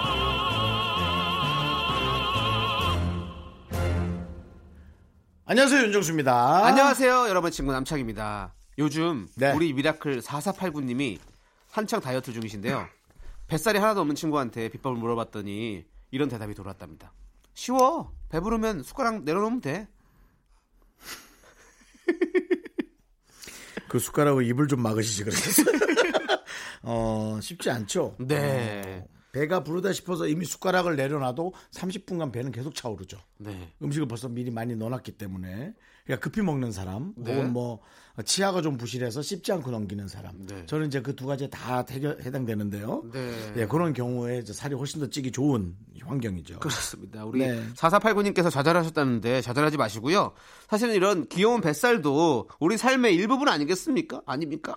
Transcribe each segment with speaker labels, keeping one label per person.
Speaker 1: 안녕하세요 윤정수입니다.
Speaker 2: 안녕하세요, 여러분 친구 남창입니다. 요즘
Speaker 1: 아. 네.
Speaker 2: 우리 미라클 4489님이 한창 다이어트 중이신데요. 뱃살이 하나도 없는 친구한테 비법을 물어봤더니 이런 대답이 돌았답니다. 쉬워. 배부르면 숟가락 내려놓으면 돼.
Speaker 1: 그 숟가락으로 입을 좀 막으시지 그러세요. 어 쉽지 않죠.
Speaker 2: 네.
Speaker 1: 어, 배가 부르다 싶어서 이미 숟가락을 내려놔도 30분간 배는 계속 차오르죠.
Speaker 2: 네.
Speaker 1: 음식을 벌써 미리 많이 넣어놨기 때문에 그러니까 급히 먹는 사람
Speaker 2: 네.
Speaker 1: 혹은 뭐 치아가 좀 부실해서 씹지 않고 넘기는 사람
Speaker 2: 네.
Speaker 1: 저는 이제 그 두 가지 다 대결- 해당되는데요.
Speaker 2: 네.
Speaker 1: 예, 그런 경우에 이제 살이 훨씬 더 찌기 좋은 환경이죠.
Speaker 2: 그렇습니다. 우리
Speaker 1: 네.
Speaker 2: 4489님께서 좌절하셨다는데 좌절하지 마시고요. 사실은 이런 귀여운 뱃살도 우리 삶의 일부분 아니겠습니까? 아닙니까?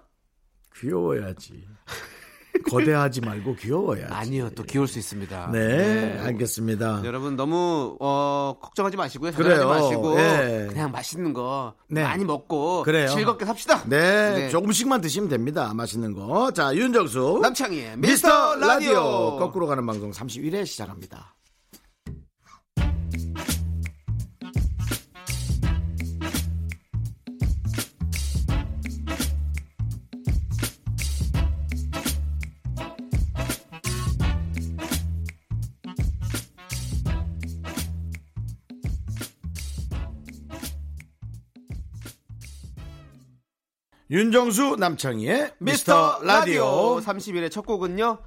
Speaker 1: 귀여워야지. 거대하지 말고 귀여워야지.
Speaker 2: 아니요. 네. 또 귀여울 수 있습니다.
Speaker 1: 네, 알겠습니다.
Speaker 2: 여러분 너무 어, 걱정하지 마시고요. 걱정하지
Speaker 1: 아. 그래요.
Speaker 2: 마시고
Speaker 1: 예.
Speaker 2: 그냥 맛있는 거
Speaker 1: 네.
Speaker 2: 많이 먹고
Speaker 1: 그래요.
Speaker 2: 즐겁게 삽시다.
Speaker 1: 네,
Speaker 2: 네.
Speaker 1: 조금씩만 드시면 됩니다. 맛있는 거. 자, 윤정수.
Speaker 2: 남창희의
Speaker 1: 미스터
Speaker 2: 미스터
Speaker 1: 라디오.
Speaker 2: 라디오.
Speaker 1: 거꾸로 가는 방송 31회 시작합니다. 윤정수 남창희의
Speaker 2: 미스터 라디오 30일의 첫 곡은요.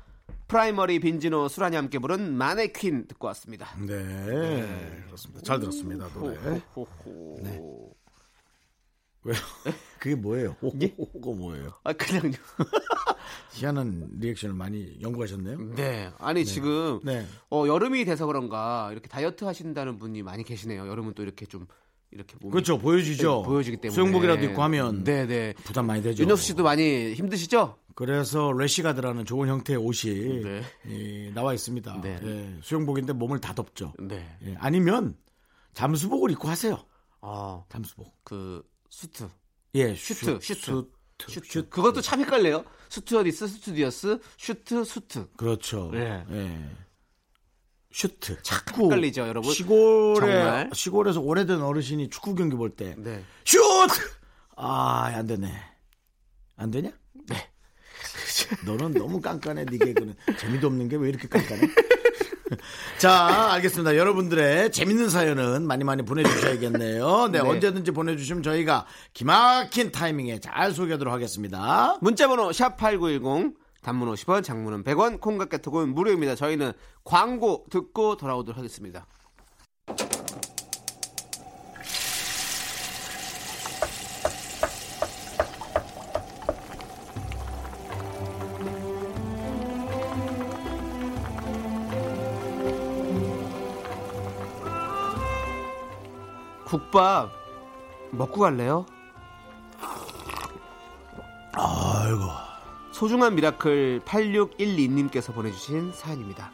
Speaker 2: 프라이머리 빈지노 수란이 함께 부른 마네퀸 듣고 왔습니다.
Speaker 1: 네, 그렇습니다. 잘 들었습니다. 노래.
Speaker 2: 호호호호.
Speaker 1: 네. 왜요? 그게 뭐예요? 그거 뭐예요?
Speaker 2: 아 그냥요.
Speaker 1: 희한한 리액션을 많이 연구하셨네요.
Speaker 2: 네. 아니 지금
Speaker 1: 네.
Speaker 2: 어, 여름이 돼서 그런가 이렇게 다이어트 하신다는 분이 많이 계시네요. 여름은 또 이렇게 좀 이렇게 몸이 네,
Speaker 1: 그렇죠, 보여지죠.
Speaker 2: 보여지기 때문에
Speaker 1: 수영복이라도 입고 하면
Speaker 2: 네네.
Speaker 1: 부담 많이 되죠.
Speaker 2: 윤혁수 씨도 많이 힘드시죠?
Speaker 1: 그래서 래시가드라는 좋은 형태의 옷이
Speaker 2: 네.
Speaker 1: 이, 나와 있습니다.
Speaker 2: 네.
Speaker 1: 예, 수영복인데 몸을 다 덮죠.
Speaker 2: 네.
Speaker 1: 예, 아니면 잠수복을 입고 하세요.
Speaker 2: 아,
Speaker 1: 잠수복.
Speaker 2: 그 수트.
Speaker 1: 예,
Speaker 2: 슈트, 슈트.
Speaker 1: 슈트.
Speaker 2: 슈트.
Speaker 1: 슈트.
Speaker 2: 그것도 참 헷갈려요. 스튜어디스, 스튜디어스, 슈트, 수트.
Speaker 1: 그렇죠.
Speaker 2: 네.
Speaker 1: 예. 슈트.
Speaker 2: 자꾸 헷갈리죠, 여러분.
Speaker 1: 시골에
Speaker 2: 정말.
Speaker 1: 시골에서 오래된 어르신이 축구 경기 볼 때
Speaker 2: 네.
Speaker 1: 슛! 아, 안 되네. 안 되냐?
Speaker 2: 네.
Speaker 1: 너는 너무 깐깐해, 네 개그는. 재미도 없는 게 왜 이렇게 깐깐해? 자, 알겠습니다. 여러분들의 재밌는 사연은 많이 많이 보내주셔야겠네요. 네,
Speaker 2: 네.
Speaker 1: 언제든지 보내주시면 저희가 기막힌 타이밍에 잘 소개하도록 하겠습니다.
Speaker 2: 문자번호 샵8910, 단문 50원, 장문은 100원, 콩깍개톡은 무료입니다. 저희는 광고 듣고 돌아오도록 하겠습니다. 국밥 먹고 갈래요?
Speaker 1: 아이고.
Speaker 2: 소중한 미라클 8612님께서 보내주신 사연입니다.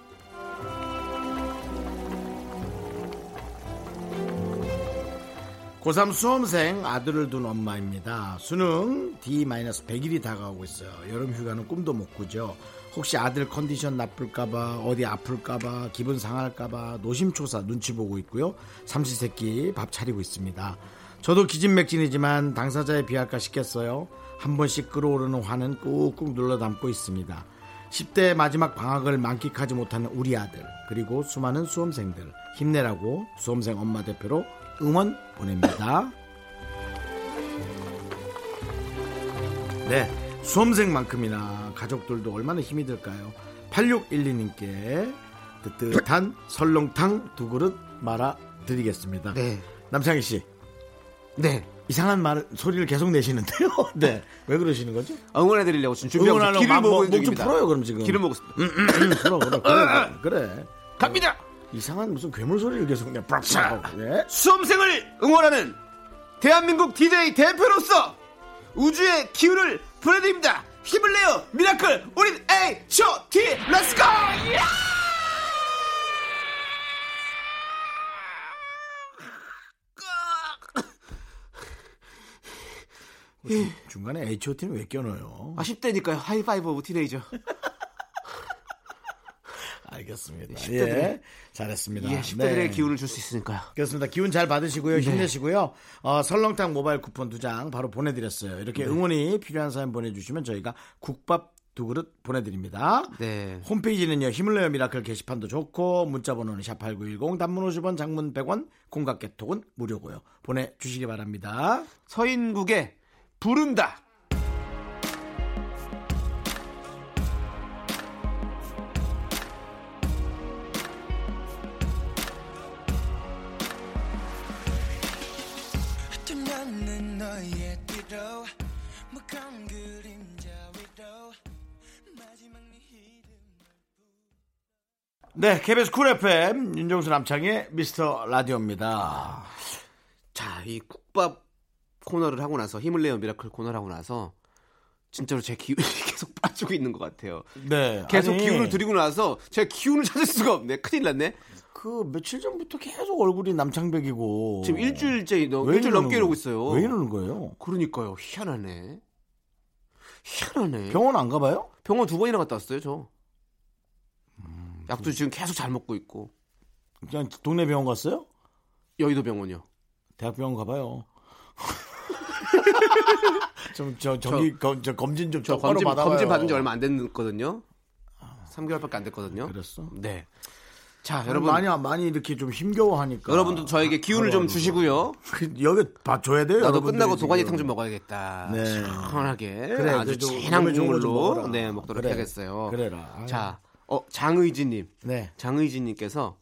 Speaker 1: 고3 수험생 아들을 둔 엄마입니다. 수능 D-100일이 다가오고 있어요. 여름 휴가는 꿈도 못 꾸죠. 혹시 아들 컨디션 나쁠까봐, 어디 아플까봐, 기분 상할까봐 노심초사 눈치 보고 있고요. 삼시세끼 밥 차리고 있습니다. 저도 기진맥진이지만 당사자의 비할까 싶겠어요. 한 번씩 끌어오르는 화는 꾹꾹 눌러 담고 있습니다. 10대 마지막 방학을 만끽하지 못하는 우리 아들 그리고 수많은 수험생들 힘내라고 수험생 엄마 대표로 응원 보냅니다. 네, 수험생만큼이나 가족들도 얼마나 힘이 들까요? 8612님께 뜨뜻한 설렁탕 두 그릇 말아 드리겠습니다.
Speaker 2: 네.
Speaker 1: 남창희 씨
Speaker 2: 네.
Speaker 1: 이상한 말 소리를 계속 내시는데요. 네, 왜 그러시는 거죠?
Speaker 2: 응원해드리려고 지금 준비하고 있어요.
Speaker 1: 응원하려고
Speaker 2: 기를
Speaker 1: 마- 목-
Speaker 2: 먹고 있는
Speaker 1: 목좀
Speaker 2: 중입니다.
Speaker 1: 풀어요, 그럼 지금.
Speaker 2: 기를 먹고 있습니다.
Speaker 1: 음, 음, 음, 그럼, 그럼, 그래, 그래.
Speaker 2: 갑니다. 아.
Speaker 1: 이상한 무슨 괴물 소리를 계속 그냥 빡빡. 예.
Speaker 2: 수험생을 응원하는 대한민국 DJ 대표로서 우주의 기운을 보내드립니다. 힘을 내요, 미라클. 우린 H.O.T. 렛츠고!
Speaker 1: 중간에 H.O.T.는 왜 껴넣어요?
Speaker 2: 아쉽다니까요. 하이파이브 오브 티네이저.
Speaker 1: 아, 알겠습니다.
Speaker 2: 십대들의-
Speaker 1: 예, 잘했습니다.
Speaker 2: 이 10대들의
Speaker 1: 네.
Speaker 2: 기운을 네. 줄 수 있으니까요.
Speaker 1: 그렇습니다. 기운 잘 받으시고요. 힘내시고요. 어, 설렁탕 모바일 쿠폰 두 장 바로 보내드렸어요.
Speaker 2: 네.
Speaker 1: 이렇게 응원이 필요한 사연 보내주시면 저희가 국밥 두 그릇 보내드립니다.
Speaker 2: 네.
Speaker 1: 홈페이지는요. 힘을 내요 미라클 게시판도 좋고 문자 번호는 샵8910 단문 50원 장문 100원 공각 개톡은 무료고요. 보내주시기 바랍니다.
Speaker 2: 서인국의 부른다.
Speaker 3: 빛나는 너의 뒤로 묵한 그림자 위로 마지막 네 이름
Speaker 1: 네. KBS 쿨 FM 윤정수 남창의 미스터 라디오입니다.
Speaker 2: 자, 이 국밥 코너를 하고 나서 힘을 내요 미라클 코너를 하고 나서 진짜로 제 기운이 계속 빠지고 있는 것 같아요.
Speaker 1: 네.
Speaker 2: 계속
Speaker 1: 아니,
Speaker 2: 기운을 들이고 나서 제 기운을 찾을 수가 없네. 큰일 났네.
Speaker 1: 그 며칠 전부터 계속 얼굴이 남창백이고
Speaker 2: 지금 일주일째 너
Speaker 1: 왜 이러는
Speaker 2: 일주일 넘게
Speaker 1: 거예요?
Speaker 2: 이러고 있어요.
Speaker 1: 왜 이러는 거예요?
Speaker 2: 그러니까요. 희한하네. 희한하네. 병원,
Speaker 1: 병원 안 가봐요?
Speaker 2: 두 번이나 갔다 왔어요, 저.
Speaker 1: 음,
Speaker 2: 약도 지금 계속 잘 먹고 있고.
Speaker 1: 그냥 동네 병원 갔어요?
Speaker 2: 여의도 병원이요.
Speaker 1: 대학병원 가봐요. 좀 저 저기 검, 저 검진 좀
Speaker 2: 저
Speaker 1: 똑바로
Speaker 2: 검진,
Speaker 1: 받아봐요. 아.
Speaker 2: 검진 받은 지 얼마 안 됐거든요. 3개월밖에 안 됐거든요.
Speaker 1: 그랬어?
Speaker 2: 네. 자,
Speaker 1: 여러분
Speaker 2: 여러분.
Speaker 1: 많이 많이 이렇게 좀 힘겨워하니까
Speaker 2: 여러분도 저에게 기운을 좀 주시고요.
Speaker 1: 그, 여기 봐줘야 돼요.
Speaker 2: 나도
Speaker 1: 여러분들이
Speaker 2: 끝나고
Speaker 1: 지금.
Speaker 2: 도가니탕 좀 먹어야겠다.
Speaker 1: 네.
Speaker 2: 시원하게
Speaker 1: 그래,
Speaker 2: 아주
Speaker 1: 그래도
Speaker 2: 진한
Speaker 1: 몸에 좋은 거좀 먹어라.
Speaker 2: 국물로 네 먹도록
Speaker 1: 그래,
Speaker 2: 해야겠어요.
Speaker 1: 그래라. 아유.
Speaker 2: 자, 어 장의진님,
Speaker 1: 네.
Speaker 2: 장의진님께서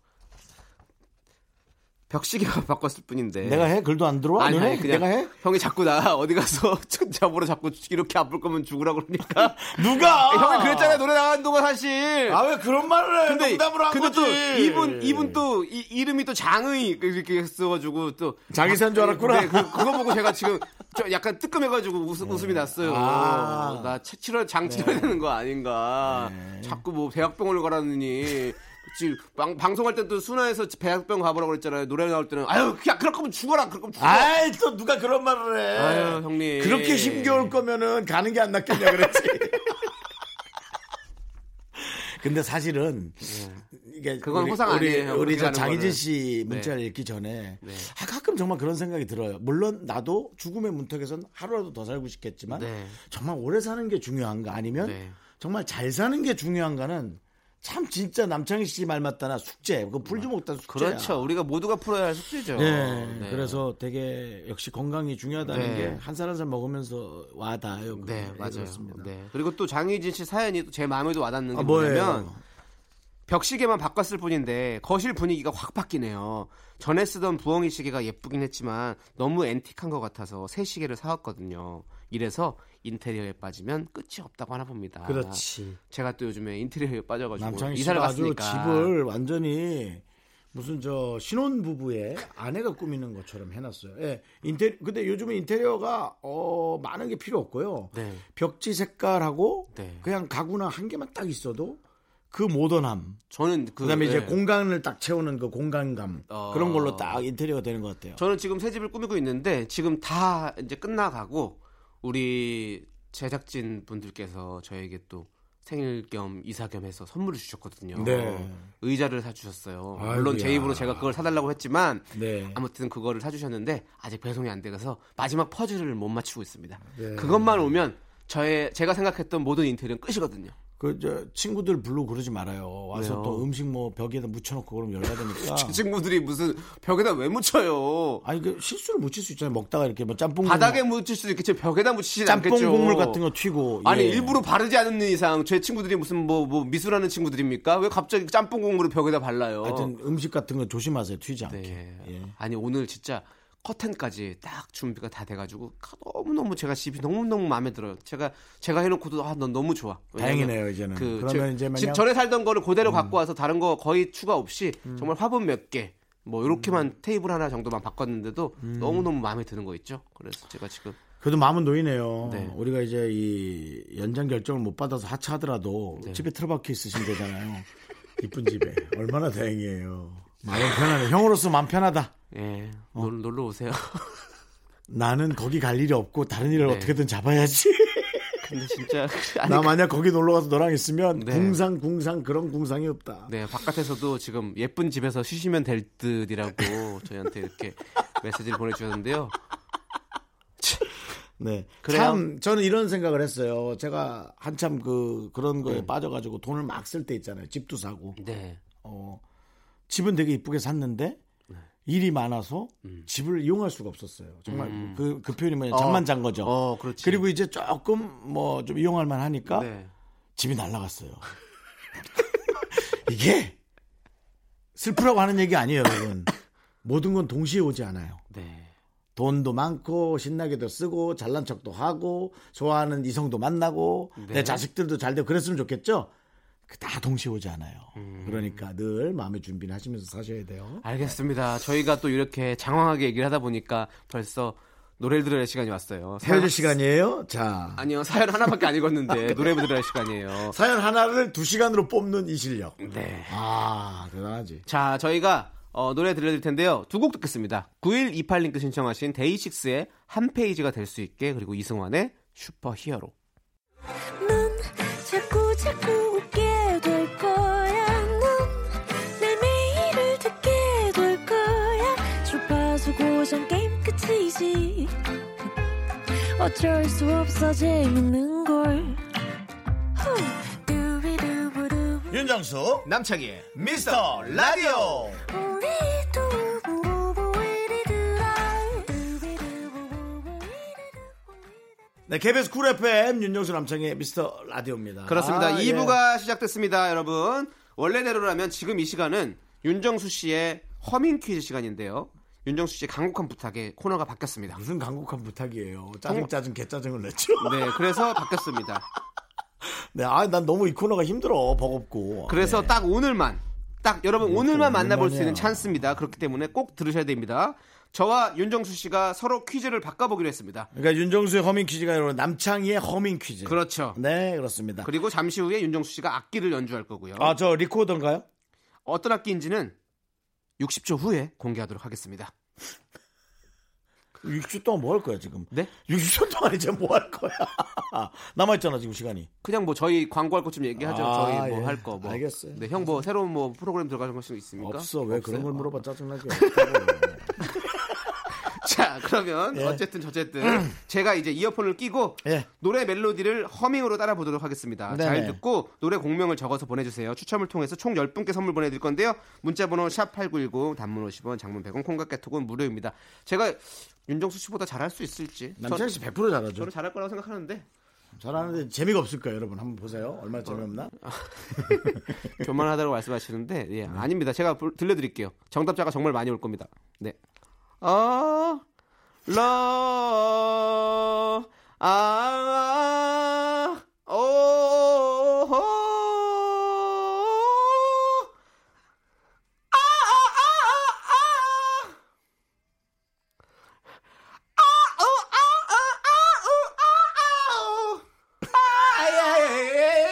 Speaker 2: 벽시계가 바꿨을 뿐인데.
Speaker 1: 내가 해 글도 안 들어와.
Speaker 2: 예. 아니,
Speaker 1: 너네?
Speaker 2: 아니 그냥
Speaker 1: 내가 해?
Speaker 2: 형이 자꾸 나 어디 가서 잡으로 자꾸 이렇게 아플 거면 죽으라 그러니까
Speaker 1: 누가?
Speaker 2: 형이 그랬잖아요 노래 나가는 동안 사실
Speaker 1: 아왜 그런 말을 해?
Speaker 2: 근데
Speaker 1: 농담을 한
Speaker 2: 근데
Speaker 1: 거지. 예.
Speaker 2: 또 이분 이분 또 이, 이름이 또 장의 이렇게 써가지고 또
Speaker 1: 자기 산 줄 알았구나. 네.
Speaker 2: 네, 그, 그거 보고 제가 지금 좀 약간 뜨끔해가지고 웃, 웃음이 났어요.
Speaker 1: 아. 네.
Speaker 2: 나 치료 장 치료해야 되는 거 아닌가. 자꾸 뭐 대학병원을 가라느니. 지금 방, 방송할 땐 또 순화해서 대학병 가보라고 그랬잖아요. 노래 나올 때는 아유 그냥 그럴 거면 죽어라. 그럴 거면 죽어. 라
Speaker 1: 아이 또 누가 그런 말을 해?
Speaker 2: 아유, 형님.
Speaker 1: 그렇게 힘겨울 거면은 가는 게 안 낫겠냐 그랬지. 근데 사실은 이게
Speaker 2: 예. 그건
Speaker 1: 우리,
Speaker 2: 호상
Speaker 1: 우리,
Speaker 2: 아니에요,
Speaker 1: 우리
Speaker 2: 그렇게
Speaker 1: 저 장희진
Speaker 2: 하는 거는. 네.
Speaker 1: 씨 문자를 읽기 전에 아, 가끔 정말 그런 생각이 들어요. 물론 나도 죽음의 문턱에선 하루라도 더 살고 싶겠지만
Speaker 2: 네.
Speaker 1: 정말 오래 사는 게 중요한가 아니면
Speaker 2: 네.
Speaker 1: 정말 잘 사는 게 중요한가는 참 진짜 남창희 씨 말 맞다나 숙제 그거 풀지 못한 숙제야.
Speaker 2: 그렇죠. 우리가 모두가 풀어야 할 숙제죠.
Speaker 1: 네,
Speaker 2: 네.
Speaker 1: 그래서 되게 역시 건강이 중요하다는
Speaker 2: 네.
Speaker 1: 게 한 살 한 살 먹으면서 와닿아요. 그게.
Speaker 2: 네, 맞아요.
Speaker 1: 그렇습니다.
Speaker 2: 네. 그리고 또 장희진 씨 사연이 또제 마음에도 와닿는 게
Speaker 1: 아, 뭐예요?
Speaker 2: 뭐냐면 벽시계만 바꿨을 뿐인데 거실 분위기가 확 바뀌네요. 전에 쓰던 부엉이 시계가 예쁘긴 했지만 너무 앤틱한 것 같아서 새 시계를 사왔거든요. 이래서 인테리어에 빠지면 끝이 없다고 하나 봅니다.
Speaker 1: 그렇지.
Speaker 2: 제가 또 요즘에 인테리어에 빠져가지고
Speaker 1: 남창희
Speaker 2: 이사를
Speaker 1: 씨가 아주
Speaker 2: 갔으니까
Speaker 1: 집을 완전히 무슨 저 신혼 부부의 아내가 꾸미는 것처럼 해놨어요. 예, 인테 근데 요즘은 인테리어가 어 많은 게 필요 없고요.
Speaker 2: 네.
Speaker 1: 벽지 색깔하고
Speaker 2: 네.
Speaker 1: 그냥 가구나 한 개만 딱 있어도 그 모던함.
Speaker 2: 저는 그,
Speaker 1: 그다음에 네. 이제
Speaker 2: 예.
Speaker 1: 공간을 딱 채우는 그 공간감
Speaker 2: 어.
Speaker 1: 그런 걸로 딱 인테리어가 되는 것 같아요.
Speaker 2: 저는 지금 새 집을 꾸미고 있는데 지금 다 이제 끝나가고 우리 제작진 분들께서 저에게 또 생일 겸 이사 겸 해서 선물을 주셨거든요.
Speaker 1: 네.
Speaker 2: 의자를 사주셨어요.
Speaker 1: 아이고야.
Speaker 2: 물론 제 입으로 제가 그걸 사달라고 했지만
Speaker 1: 네.
Speaker 2: 아무튼 그거를 사주셨는데 아직 배송이 안 돼서 마지막 퍼즐을 못 맞추고 있습니다.
Speaker 1: 네.
Speaker 2: 그것만 오면 저의 제가 생각했던 모든 인테리어는 끝이거든요.
Speaker 1: 그 저 친구들 불러 그러지 말아요. 와서
Speaker 2: 왜요?
Speaker 1: 또 음식 뭐 벽에다 묻혀놓고 그럼 열받으니까.
Speaker 2: 그 친구들이 무슨 벽에다 왜 묻혀요?
Speaker 1: 아니 그 실수를 묻힐 수 있잖아요. 먹다가 이렇게 뭐 짬뽕
Speaker 2: 바닥에
Speaker 1: 국물,
Speaker 2: 묻힐 수도 있겠지 벽에다 묻히진
Speaker 1: 짬뽕
Speaker 2: 않겠죠.
Speaker 1: 국물 같은 거 튀고.
Speaker 2: 아니
Speaker 1: 예.
Speaker 2: 일부러 바르지 않는 이상 제 친구들이 무슨 뭐 뭐 미술하는 친구들입니까? 왜 갑자기 짬뽕 국물을 벽에다 발라요?
Speaker 1: 하여튼 음식 같은 거 조심하세요. 튀지 않게.
Speaker 2: 어. 네.
Speaker 1: 아, 예.
Speaker 2: 아니 오늘 진짜 커튼까지 딱 준비가 다 돼가지고 너무 너무 제가 집이 너무 너무 마음에 들어요. 제가 제가 해놓고도 아 넌 너무 좋아. 왜냐면
Speaker 1: 다행이네요, 이제는.
Speaker 2: 그
Speaker 1: 그러면
Speaker 2: 저-
Speaker 1: 이제 만약- 음.
Speaker 2: 집 전에 살던 거를 그대로 갖고 와서 다른 거 거의 추가 없이 정말 화분 몇 개. 뭐 이렇게만
Speaker 1: 음.
Speaker 2: 테이블 하나 정도만 바꿨는데도 너무너무 마음에 드는 거 있죠. 그래서 제가 지금
Speaker 1: 그래도 마음은 놓이네요.
Speaker 2: 네.
Speaker 1: 우리가 이제 이 연장 결정을 못 받아서 하차하더라도
Speaker 2: 네.
Speaker 1: 집에 틀어박혀 있으신 거잖아요. 이쁜 집에 얼마나 다행이에요. 마음 편하네. 형으로서 마음 편하다.
Speaker 2: 예, 놀, 놀러 오세요.
Speaker 1: 나는 거기 갈 일이 없고 다른 일을
Speaker 2: 네.
Speaker 1: 어떻게든 잡아야지.
Speaker 2: 근데 진짜 아니, 그
Speaker 1: 나 만약 거기 놀러 가서 너랑 있으면
Speaker 2: 네.
Speaker 1: 궁상 궁상 그런 궁상이 없다.
Speaker 2: 네, 바깥에서도 지금 예쁜 집에서 쉬시면 될 듯이라고 저희한테 이렇게 메시지를 보내주셨는데요.
Speaker 1: 네.
Speaker 2: 그래요?
Speaker 1: 참 저는 이런 생각을 했어요. 제가 한참 그 그런 거에 빠져가지고 돈을 막 쓸 때 있잖아요. 집도 사고.
Speaker 2: 네,
Speaker 1: 어, 집은 되게 이쁘게 샀는데 일이 많아서
Speaker 2: 음.
Speaker 1: 집을 이용할 수가 없었어요. 정말 그, 그 표현이 뭐냐 잠만 잔 거죠.
Speaker 2: 어, 그렇지.
Speaker 1: 리고 이제 조금 뭐 좀 이용할 만하니까
Speaker 2: 네,
Speaker 1: 집이 날라갔어요. 이게 슬프라고 하는 얘기 아니에요, 여러분. 모든 건 동시에 오지 않아요.
Speaker 2: 네,
Speaker 1: 돈도 많고 신나게도 쓰고 잘난 척도 하고 좋아하는 이성도 만나고
Speaker 2: 네.
Speaker 1: 내 자식들도 잘 되고 그랬으면 좋겠죠. 그다 동시에 오지 않아요.
Speaker 2: 음.
Speaker 1: 그러니까 늘 마음의 준비를 하시면서 사셔야
Speaker 2: 아,
Speaker 1: 돼요.
Speaker 2: 알겠습니다. 저희가 또 이렇게 장황하게 얘기를 하다 보니까 벌써 노래를 들을 시간이 아, 왔어요.
Speaker 1: 헤어질 시간이에요. 자
Speaker 2: 아, 아니요, 사연 하나밖에 안 읽었는데 노래 들을 시간이에요.
Speaker 1: 사연 하나를 두 시간으로 뽑는 이 실력.
Speaker 2: 네.
Speaker 1: 아 대단하지.
Speaker 2: 자, 저희가 어, 노래 들려드릴 텐데요. 두 곡 듣겠습니다. 9128링크 신청하신 데이식스의 한 페이지가 될 수 있게 그리고 이승환의 슈퍼 히어로.
Speaker 4: 넌 자꾸 자꾸 웃게 될 거야. 넌내 매일을 듣게 될 거야. 주파수 고정 게임 끝이지. 어쩔 수 없어 재밌는 걸. 후. 두비두부두.
Speaker 1: 윤정수 남창희 미스터 라디오.
Speaker 4: 우리 두부부부 우리 두라. 두비두부부부 우리
Speaker 1: 네 KBS 쿨 FM 윤정수 남창희 미스터 라디오입니다.
Speaker 2: 그렇습니다.
Speaker 1: 아, 예.
Speaker 2: 2부가 시작됐습니다, 여러분. 원래대로라면 지금 이 시간은 윤정수 씨의 허밍 퀴즈 시간인데요. 윤정수 씨의 강력한 부탁에 코너가 바뀌었습니다.
Speaker 1: 무슨 간곡한 부탁이에요. 짜증 짜증 개 짜증을 냈죠.
Speaker 2: 네, 그래서 바뀌었습니다.
Speaker 1: 네, 아, 난 너무 이 코너가 힘들어, 버겁고.
Speaker 2: 그래서
Speaker 1: 네.
Speaker 2: 딱 오늘만 딱 여러분 오늘만 만나볼 수 있는
Speaker 1: 오늘만이야.
Speaker 2: 찬스입니다. 그렇기 때문에 꼭 들으셔야 됩니다. 저와 윤정수 씨가 서로 퀴즈를 바꿔보기로 했습니다.
Speaker 1: 그러니까 윤정수의 허밍 퀴즈가 아니라 남창희의 허밍 퀴즈.
Speaker 2: 그렇죠.
Speaker 1: 네, 그렇습니다.
Speaker 2: 그리고 잠시 후에 윤정수 씨가 악기를 연주할 거고요.
Speaker 1: 아, 저 리코더인가요?
Speaker 2: 어떤 악기인지는 60초 후에 공개하도록 하겠습니다.
Speaker 1: 60초 동안 뭐 할 거야, 지금?
Speaker 2: 네?
Speaker 1: 60초 동안 이제 뭐 할 거야? 남아있잖아, 지금 시간이.
Speaker 2: 그냥 뭐 저희 광고할 것 좀 얘기하죠.
Speaker 1: 아,
Speaker 2: 저희 뭐
Speaker 1: 예.
Speaker 2: 할 거 뭐.
Speaker 1: 알겠어요.
Speaker 2: 네, 형 뭐 새로운 뭐 프로그램 들어가는 것이 있습니까?
Speaker 1: 없어, 왜 그런
Speaker 2: 그러니까?
Speaker 1: 걸
Speaker 2: 없어요?
Speaker 1: 뭐. 물어봐, 짜증나게.
Speaker 2: 자, 그러면 어쨌든 어쨌든 제가 이제 이어폰을 끼고
Speaker 1: 예.
Speaker 2: 노래 멜로디를 허밍으로 따라 보도록 하겠습니다.
Speaker 1: 네네.
Speaker 2: 잘 듣고 노래 공명을 적어서 보내주세요. 추첨을 통해서 총 10분께 선물 보내드릴 건데요. 문자번호 샵8910 단문 50원 장문 100원 콩깍개톡은 무료입니다. 제가 윤정수 씨보다 잘할 수 있을지
Speaker 1: 남창희 씨
Speaker 2: 저,
Speaker 1: 100% 잘하죠.
Speaker 2: 저는 잘할 거라고 생각하는데
Speaker 1: 잘하는데 재미가 없을 거예요, 여러분. 한번 보세요.
Speaker 2: 어.
Speaker 1: 얼마나 재미없나?
Speaker 2: 아, 교만하다고 말씀하시는데 예, 아닙니다. 제가 불- 들려드릴게요. 정답자가 정말 많이 올 겁니다. 네. 어, 러, 아, 아, 오, 호, 아, 아, 아, 아, 아. 아, 어, 아, 아, 아, 어, 아, 아, 어. 아, 예, 예, 예, 예,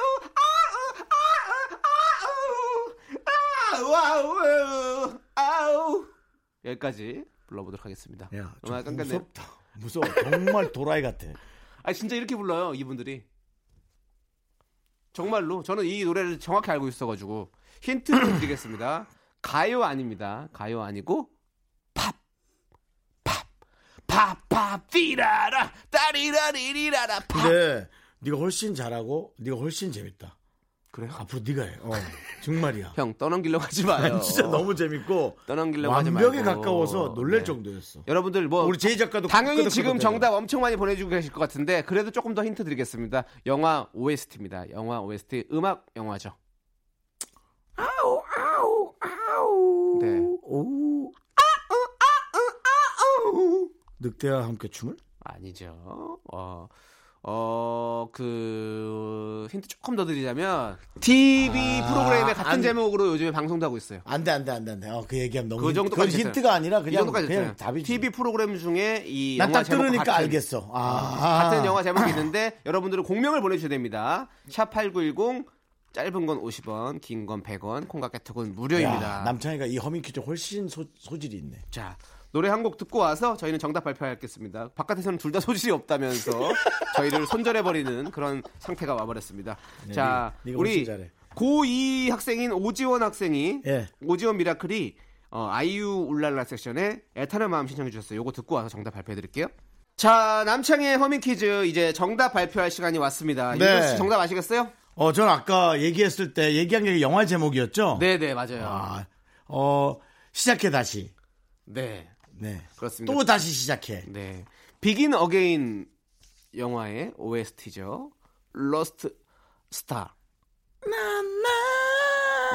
Speaker 2: 아, 어, 아, 어, 아, 어, 아, 어. 아, 와우, 와우, 아우. 여기까지 불러보도록 하겠습니다.
Speaker 1: 야, 좀
Speaker 2: 음악 끝났네.
Speaker 1: 무섭다. 무서워. 정말 도라이 같아.
Speaker 2: 아 진짜 이렇게 불러요 이분들이. 정말로 저는 이 노래를 정확히 알고 있어가지고 힌트 좀 드리겠습니다. 가요 아닙니다. 가요 아니고 팝, 팝, 팝, 팝, 띠라라, 따리라리리라라, 팝.
Speaker 1: 근데 네가 훨씬 잘하고 네가 훨씬 재밌다.
Speaker 2: 그래요?
Speaker 1: 앞으로 네가 해. 어, 정말이야.
Speaker 2: 형 떠넘기려고 하지 마요.
Speaker 1: 아니, 진짜 너무 재밌고
Speaker 2: 떠넘기려고 하지
Speaker 1: 완벽에
Speaker 2: 말고.
Speaker 1: 가까워서 놀랄
Speaker 2: 네.
Speaker 1: 정도였어.
Speaker 2: 여러분들 뭐
Speaker 1: 우리 제이 작가도
Speaker 2: 당연히
Speaker 1: 끄덕끄덕
Speaker 2: 지금
Speaker 1: 끄덕대요.
Speaker 2: 정답 엄청 많이 보내주고 계실 것 같은데 그래도 조금 더 힌트 드리겠습니다. 영화 OST입니다. 영화 OST 음악 영화죠. 아우 아우 아우. 네
Speaker 1: 오. 늑대와 함께 춤을?
Speaker 2: 아니죠. 어. 어, 그, 힌트 조금 더 드리자면, TV
Speaker 1: 아,
Speaker 2: 프로그램에 같은
Speaker 1: 안-
Speaker 2: 제목으로 요즘에 방송도 하고 있어요.
Speaker 1: 안돼 안돼 안돼 안돼. 어, 그 얘기하면 너무
Speaker 2: 그
Speaker 1: 힌-
Speaker 2: 정도까지
Speaker 1: 그건
Speaker 2: 됐어요.
Speaker 1: 힌트가 아니라
Speaker 2: 이
Speaker 1: 그냥
Speaker 2: 정도까지
Speaker 1: 그냥
Speaker 2: 됐어요.
Speaker 1: 답이지.
Speaker 2: TV 프로그램 중에 이 영화
Speaker 1: 난딱
Speaker 2: 제목과
Speaker 1: 들으니까
Speaker 2: 같은,
Speaker 1: 알겠어. 아,
Speaker 2: 같은 영화 제목이 있는데 여러분들은 공명을 보내주셔야 됩니다. 샵8910 짧은 건 50원, 긴 건 100원, 콩과 깨톡은 무료입니다.
Speaker 1: 야, 남창이가 이 허밍 퀴즈 훨씬 소, 소질이 있네.
Speaker 2: 자 노래 한 곡 듣고 와서 저희는 정답 발표하겠습니다. 바깥에서는 둘 다 소질이 없다면서 저희를 손절해 버리는 그런 상태가 와버렸습니다. 자
Speaker 1: 네가 훨씬
Speaker 2: 우리
Speaker 1: 잘해.
Speaker 2: 고2 학생인 오지원 학생이
Speaker 1: 예.
Speaker 2: 오지원 미라클이 어, 아이유 울랄라 섹션에 애타는 마음 신청해 주셨어요. 요거 듣고 와서 정답 발표해 드릴게요. 자 남창의 허밍 퀴즈 이제 정답 발표할 시간이 왔습니다.
Speaker 1: 네.
Speaker 2: 윤정 씨 정답 아시겠어요?
Speaker 1: 어, 전 아까 얘기했을 때 얘기한 게 영화 제목이었죠?
Speaker 2: 네네 맞아요.
Speaker 1: 아, 어, 시작해 다시.
Speaker 2: 네
Speaker 1: 네.
Speaker 2: 그렇습니다.
Speaker 1: 또 다시 시작해.
Speaker 2: 네. 비긴 어게인 영화의 OST죠. 러스트 스타.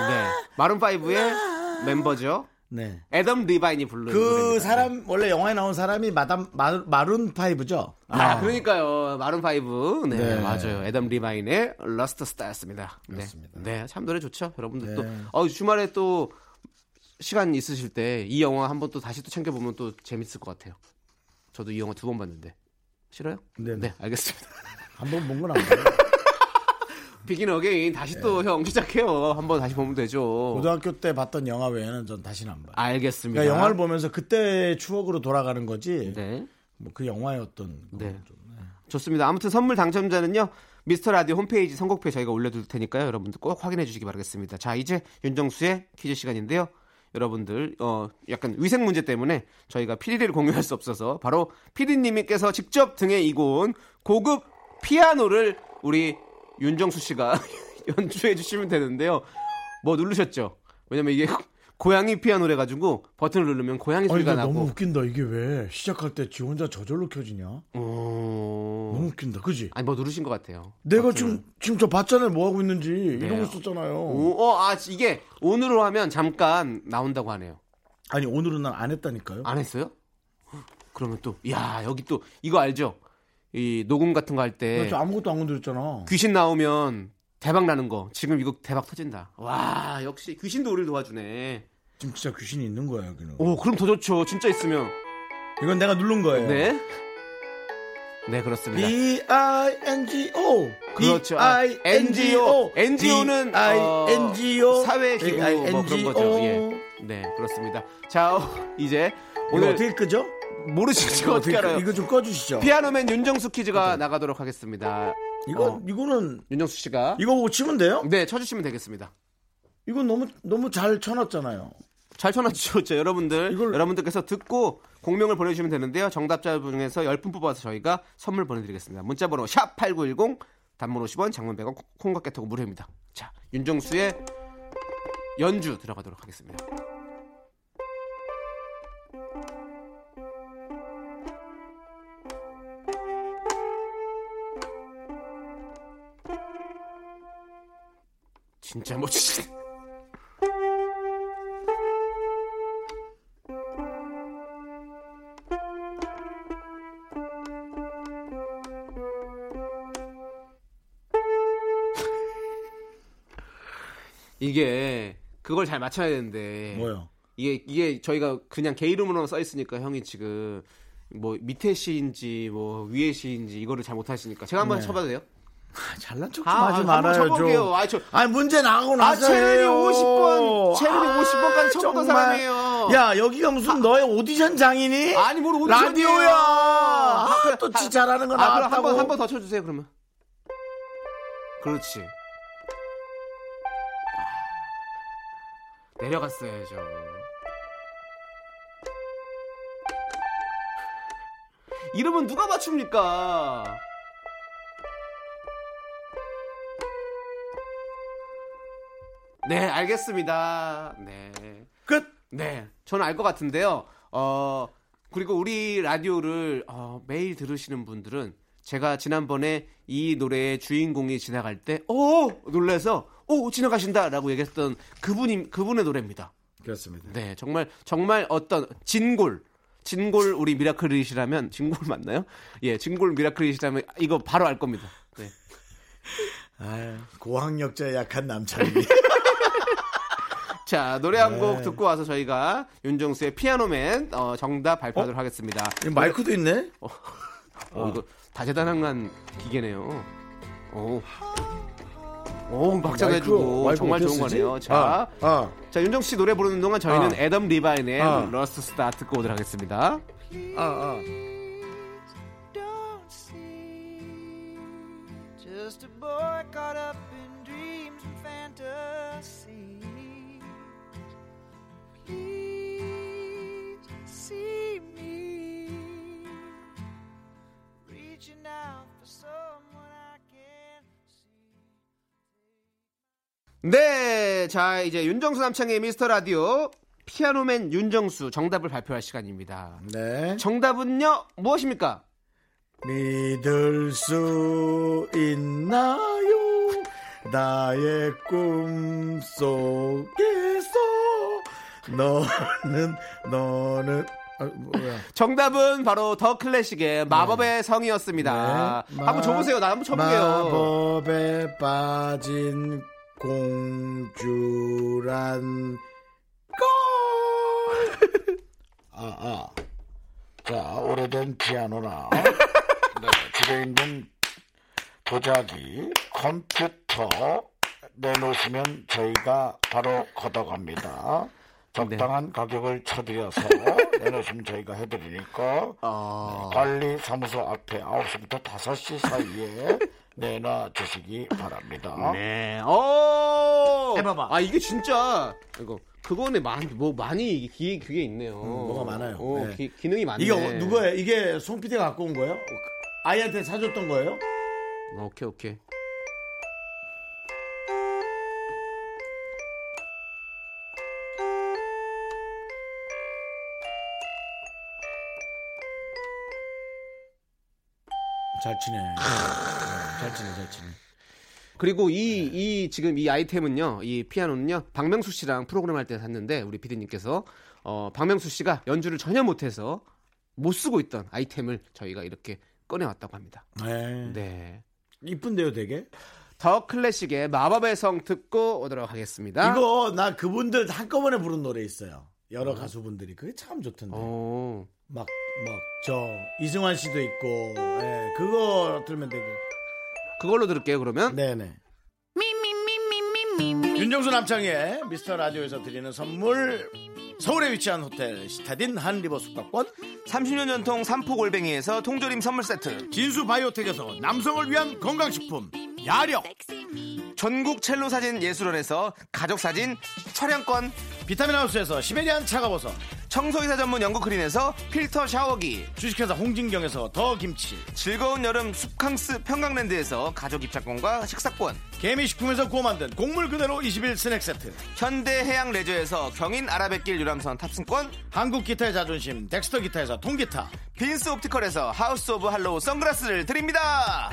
Speaker 2: 네. 마룬 5의 멤버죠.
Speaker 1: 네.
Speaker 2: 애덤 리바인이 부르는
Speaker 1: 그
Speaker 2: 노래입니다.
Speaker 1: 사람 원래 영화에 나온 사람이 마담 마, 룬 파이브죠.
Speaker 2: 아, 그러니까요. 마룬 5. 네,
Speaker 1: 네.
Speaker 2: 맞아요. 애덤 리바인의 러스트 스타였습니다. 네. 네, 참 노래 좋죠. 여러분들 또 어, 주말에 또 시간 있으실 때 이 영화 한번 또 다시 또 챙겨 보면 또 재밌을 것 같아요. 저도 이 영화 두 번 봤는데. 싫어요?
Speaker 1: 네, 네.
Speaker 2: 네 알겠습니다.
Speaker 1: 한번 본 건 아니에요.
Speaker 2: 비긴 어게인 다시 또 형 시작해요. 한번 다시 보면 되죠.
Speaker 1: 네. 고등학교 때 봤던 영화 외에는 전 다시는 안 봐요.
Speaker 2: 알겠습니다.
Speaker 1: 그러니까 영화를 보면서 그때 추억으로 돌아가는 거지.
Speaker 2: 네.
Speaker 1: 뭐 그 영화의 어떤
Speaker 2: 네. 좋습니다. 아무튼 선물 당첨자는요. 미스터 라디오 홈페이지 선곡표 저희가 올려둘 테니까요. 여러분들 꼭 확인해 주시기 바라겠습니다. 자, 이제 윤정수의 퀴즈 시간인데요. 여러분들 어 약간 위생 문제 때문에 저희가 피디를 공유할 수 없어서 바로 피디님께서 직접 등에 이고온 고급 피아노를 우리 윤정수 씨가 연주해 주시면 되는데요. 뭐 누르셨죠? 왜냐면 이게 고양이 피아노래 가지고 버튼을 누르면 고양이
Speaker 1: 아니
Speaker 2: 소리가
Speaker 1: 근데
Speaker 2: 나고
Speaker 1: 너무 웃긴다 이게 왜 시작할 때 지 혼자 저절로 켜지냐
Speaker 2: 어...
Speaker 1: 너무 웃긴다 그지
Speaker 2: 음. 아니 뭐 누르신 것 같아요.
Speaker 1: 내가 지금 지금 저 봤잖아요 뭐 하고 있는지 이러고
Speaker 2: 네.
Speaker 1: 있었잖아요
Speaker 2: 오, 어, 아 이게 오늘로 하면 잠깐 나온다고 하네요.
Speaker 1: 아니 오늘은 난 안 했다니까요
Speaker 2: 안 했어요? 그러면 또, 야 여기 또 이거 알죠? 이 녹음 같은 거 할
Speaker 1: 나
Speaker 2: 때
Speaker 1: 저 아무것도 안 건드렸잖아
Speaker 2: 귀신 나오면 대박 나는 거. 지금 이거 대박 터진다. 와 역시 귀신도 우리를 도와주네.
Speaker 1: 지금 진짜 귀신이 있는 거야 여기는
Speaker 2: 오 그럼 더 좋죠. 진짜 있으면.
Speaker 1: 이건 내가 누른 거예요
Speaker 2: 네. 네 그렇습니다.
Speaker 1: B I N G O
Speaker 2: 그렇죠.
Speaker 1: I N G O
Speaker 2: NGO는 어,
Speaker 1: I N G O 예,
Speaker 2: 사회 기구 뭐 그런 거죠. 예. 네 그렇습니다. 자 어, 이제
Speaker 1: 오늘
Speaker 2: 오늘
Speaker 1: 어떻게 끄죠?
Speaker 2: 모르시죠 어떻게
Speaker 1: 이거
Speaker 2: 알아요?
Speaker 1: 이거 좀 꺼주시죠.
Speaker 2: 피아노맨 윤정수 퀴즈가 나가도록 하겠습니다.
Speaker 1: 이거
Speaker 2: 어.
Speaker 1: 이거는
Speaker 2: 윤정수 씨가
Speaker 1: 이거 보고 치면 돼요?
Speaker 2: 네 쳐주시면 되겠습니다.
Speaker 1: 이건 너무 너무 잘 쳐놨잖아요.
Speaker 2: 잘 쳐놔주셨죠 여러분들
Speaker 1: 이걸-
Speaker 2: 여러분들께서 듣고 공명을 보내주시면 되는데요 정답자 중에서 10분 뽑아서 저희가 선물 보내드리겠습니다 문자번호 샵8910 단문 50원 장문 100원 콩깍개톡 무료입니다 자 윤정수의 연주 들어가도록 하겠습니다 진짜 멋지시네 이게 그걸 잘 맞춰야 되는데
Speaker 1: 뭐요?
Speaker 2: 이게 이게 저희가 그냥 게 이름으로 써 있으니까 형이 지금 뭐 밑에 시인지 뭐 위에 시인지 이거를 잘 못하시니까 제가 한번
Speaker 1: 네.
Speaker 2: 쳐봐도 돼요?
Speaker 1: 아, 잘난 척 좀
Speaker 2: 아,
Speaker 1: 하지
Speaker 2: 아,
Speaker 1: 말아요
Speaker 2: 한번 쳐볼게요.
Speaker 1: 좀.
Speaker 2: 아, 저-
Speaker 1: 아니, 문제 나가고
Speaker 2: 아,
Speaker 1: 나서
Speaker 2: 채널이
Speaker 1: 해요.
Speaker 2: 50번, 채널이
Speaker 1: 아,
Speaker 2: 50번 까지 쳐먹던
Speaker 1: 정말.
Speaker 2: 사람이에요. 아.
Speaker 1: 야 여기가 무슨 너의 오디션 장인이?
Speaker 2: 아니 뭘 오디션이에요.
Speaker 1: 라디오야.
Speaker 2: 아,
Speaker 1: 아,
Speaker 2: 그래,
Speaker 1: 또 지
Speaker 2: 아,
Speaker 1: 잘하는 거
Speaker 2: 아 그럼
Speaker 1: 나왔다고.
Speaker 2: 한번 한번 더 쳐주세요 그러면. 그렇지. 아, 내려갔어야죠. 이러면 누가 맞춥니까? 네, 알겠습니다. 네.
Speaker 1: 끝.
Speaker 2: 네, 저는 알 것 같은데요. 어, 그리고 우리 라디오를 어, 매일 들으시는 분들은 제가 지난번에 이 노래의 주인공이 지나갈 때, 오! 놀래서, 오! 지나가신다! 라고 얘기했던 그분이, 그분의 노래입니다.
Speaker 1: 그렇습니다.
Speaker 2: 네, 정말, 정말 어떤 진골. 진골 우리 미라클이시라면, 진골 맞나요? 예, 진골 미라클이시라면 이거 바로 알 겁니다. 네.
Speaker 1: 아, 고학력자 약한 남창이.
Speaker 2: 자, 노래 한 곡 듣고 와서 저희가 윤정수의 피아노맨 어, 정답 발표하도록 하겠습니다.
Speaker 1: 마이크도 있네.
Speaker 2: 어, 이거 다재다능한 기계네요. 오. 오, 박자도
Speaker 1: 마이크,
Speaker 2: 해주고
Speaker 1: 마이크
Speaker 2: 정말
Speaker 1: 어떻게
Speaker 2: 좋은
Speaker 1: 쓰지?
Speaker 2: 거네요. 자,
Speaker 1: 아, 아.
Speaker 2: 자 윤정 씨 노래 부르는 동안 저희는
Speaker 1: 아.
Speaker 2: 애덤 리바인의
Speaker 1: 아.
Speaker 2: 러스트 스타 듣고 오도록 하겠습니다.
Speaker 1: 아, 아.
Speaker 3: don't see. Just a boy caught up in dreams and fantasies. Please see me reaching out for someone I can see.
Speaker 2: 네, 자 이제 윤정수 남창의 미스터 라디오 피아노맨 윤정수 정답을 발표할 시간입니다.
Speaker 1: 네.
Speaker 2: 정답은요 무엇입니까?
Speaker 1: 믿을 수 있나요? 나의 꿈 속에서 너는 너는 아, 뭐야?
Speaker 2: 정답은 바로 더 클래식의 마법의 성이었습니다.
Speaker 1: 네.
Speaker 2: 한번 줘보세요. 나 한번 쳐볼게요.
Speaker 1: 마법에 빠진 공주란 걸. 아, 아. 자, 오래된 피아노나 네, 집에 있는 도자기, 컴퓨터 내놓으시면 저희가 바로 걷어갑니다. 적당한
Speaker 2: 네.
Speaker 1: 가격을 쳐드려서 내놓으시면 저희가 해드리니까
Speaker 2: 아.
Speaker 1: 네, 관리 사무소 앞에 9시부터 5시 사이에 내놔 주시기 바랍니다.
Speaker 2: 네. 오.
Speaker 1: 해봐봐.
Speaker 2: 아 이게 진짜 이거 그거네 많뭐 많이 이게 기 그게 있네요.
Speaker 1: 음, 뭐가 많아요.
Speaker 2: 어,
Speaker 1: 네.
Speaker 2: 기, 기능이 많네.
Speaker 1: 이게 어- 누구예요? 이게 송 PD가 갖고 온 거예요? 아이한테 사줬던 거예요?
Speaker 2: 어, 오케이 오케이.
Speaker 1: 잘 치네. 네, 잘 치네, 잘 치네.
Speaker 2: 그리고 이, 이, 지금 이 아이템은요, 이 피아노는요, 박명수 씨랑 프로그램 할 때 샀는데, 우리 피디님께서, 어, 박명수 씨가 연주를 전혀 못해서 못 쓰고 있던 아이템을 저희가 이렇게 꺼내왔다고 합니다.
Speaker 1: 네.
Speaker 2: 네.
Speaker 1: 이쁜데요, 되게?
Speaker 2: 더 클래식의 마법의 성 듣고 오도록 하겠습니다.
Speaker 1: 이거 나 그분들 한꺼번에 부른 노래 있어요. 여러 가수분들이. 그게 참 좋던데.
Speaker 2: 어. 오.
Speaker 1: 막, 막, 저, 이승환 씨도 있고, 예, 그거 들으면 되게.
Speaker 2: 그걸로 들을게요, 그러면.
Speaker 1: 네네. 윤정수 남창의 미스터 라디오에서 드리는 선물. 서울에 위치한 호텔 시타딘 한 리버 숙박권
Speaker 5: 30년 전통 삼포골뱅이에서 통조림 선물 세트.
Speaker 1: 진수 바이오텍에서 남성을 위한 건강식품 야력
Speaker 5: 전국 첼로 사진 예술원에서 가족 사진 촬영권.
Speaker 1: 비타민 하우스에서 시베리안 차가워서
Speaker 5: 청소이사 전문 영국 크린에서 필터 샤워기.
Speaker 1: 주식회사 홍진경에서 더 김치
Speaker 5: 즐거운 여름 숲캉스 평강랜드에서 가족 입장권과 식사권.
Speaker 1: 개미식품에서 구워 만든 곡물 그대로 21 스낵 세트
Speaker 5: 현대해양 레저에서 경인 아라뱃길 유람선 탑승권.
Speaker 1: 한국 기타의 자존심 덱스터 기타에서 통기타
Speaker 5: 빈스 옵티컬에서 하우스 오브 할로우 선글라스를 드립니다.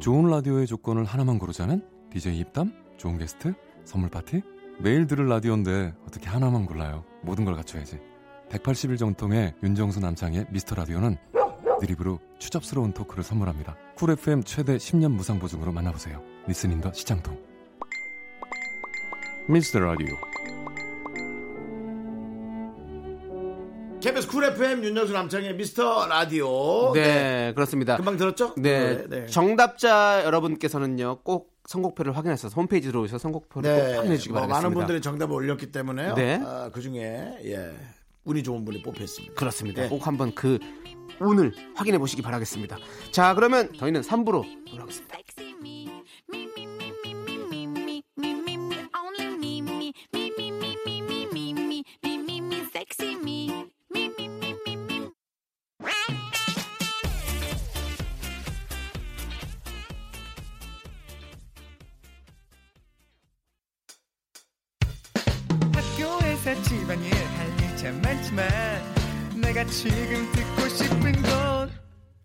Speaker 6: 좋은 라디오의 조건을 하나만 고르자면 DJ 입담, 좋은 게스트, 선물 파티 매일 들을 라디오인데 어떻게 하나만 골라요 모든 걸 갖춰야지 180일 정통의 윤정수 남창의 미스터 라디오는 드립으로 추접스러운 토크를 선물합니다 쿨 FM 최대 10년 무상 보증으로 만나보세요 리스닝과 시장통 미스터 라디오
Speaker 1: KBS 쿨 FM 윤정수 남창의 미스터 라디오
Speaker 2: 네, 그렇습니다.
Speaker 1: 금방 들었죠?
Speaker 2: 네, 정답자 여러분께서는요, 꼭 선곡표를 확인하셔서 홈페이지 들어오셔서 선곡표를 꼭 확인해주시기
Speaker 1: 뭐
Speaker 2: 바라겠습니다.
Speaker 1: 많은 분들이 정답을 올렸기 때문에요
Speaker 2: 네.
Speaker 1: 아, 그중에 예, 운이 좋은 분이 뽑혔습니다
Speaker 2: 그렇습니다.
Speaker 1: 네.
Speaker 2: 꼭 한번 그 운을 확인해 보시기 바라겠습니다. 자, 그러면 저희는 3부로 돌아오겠습니다.
Speaker 3: 학교에서 집안일 할 일 참 많지만 내가 지금 듣고 싶은 건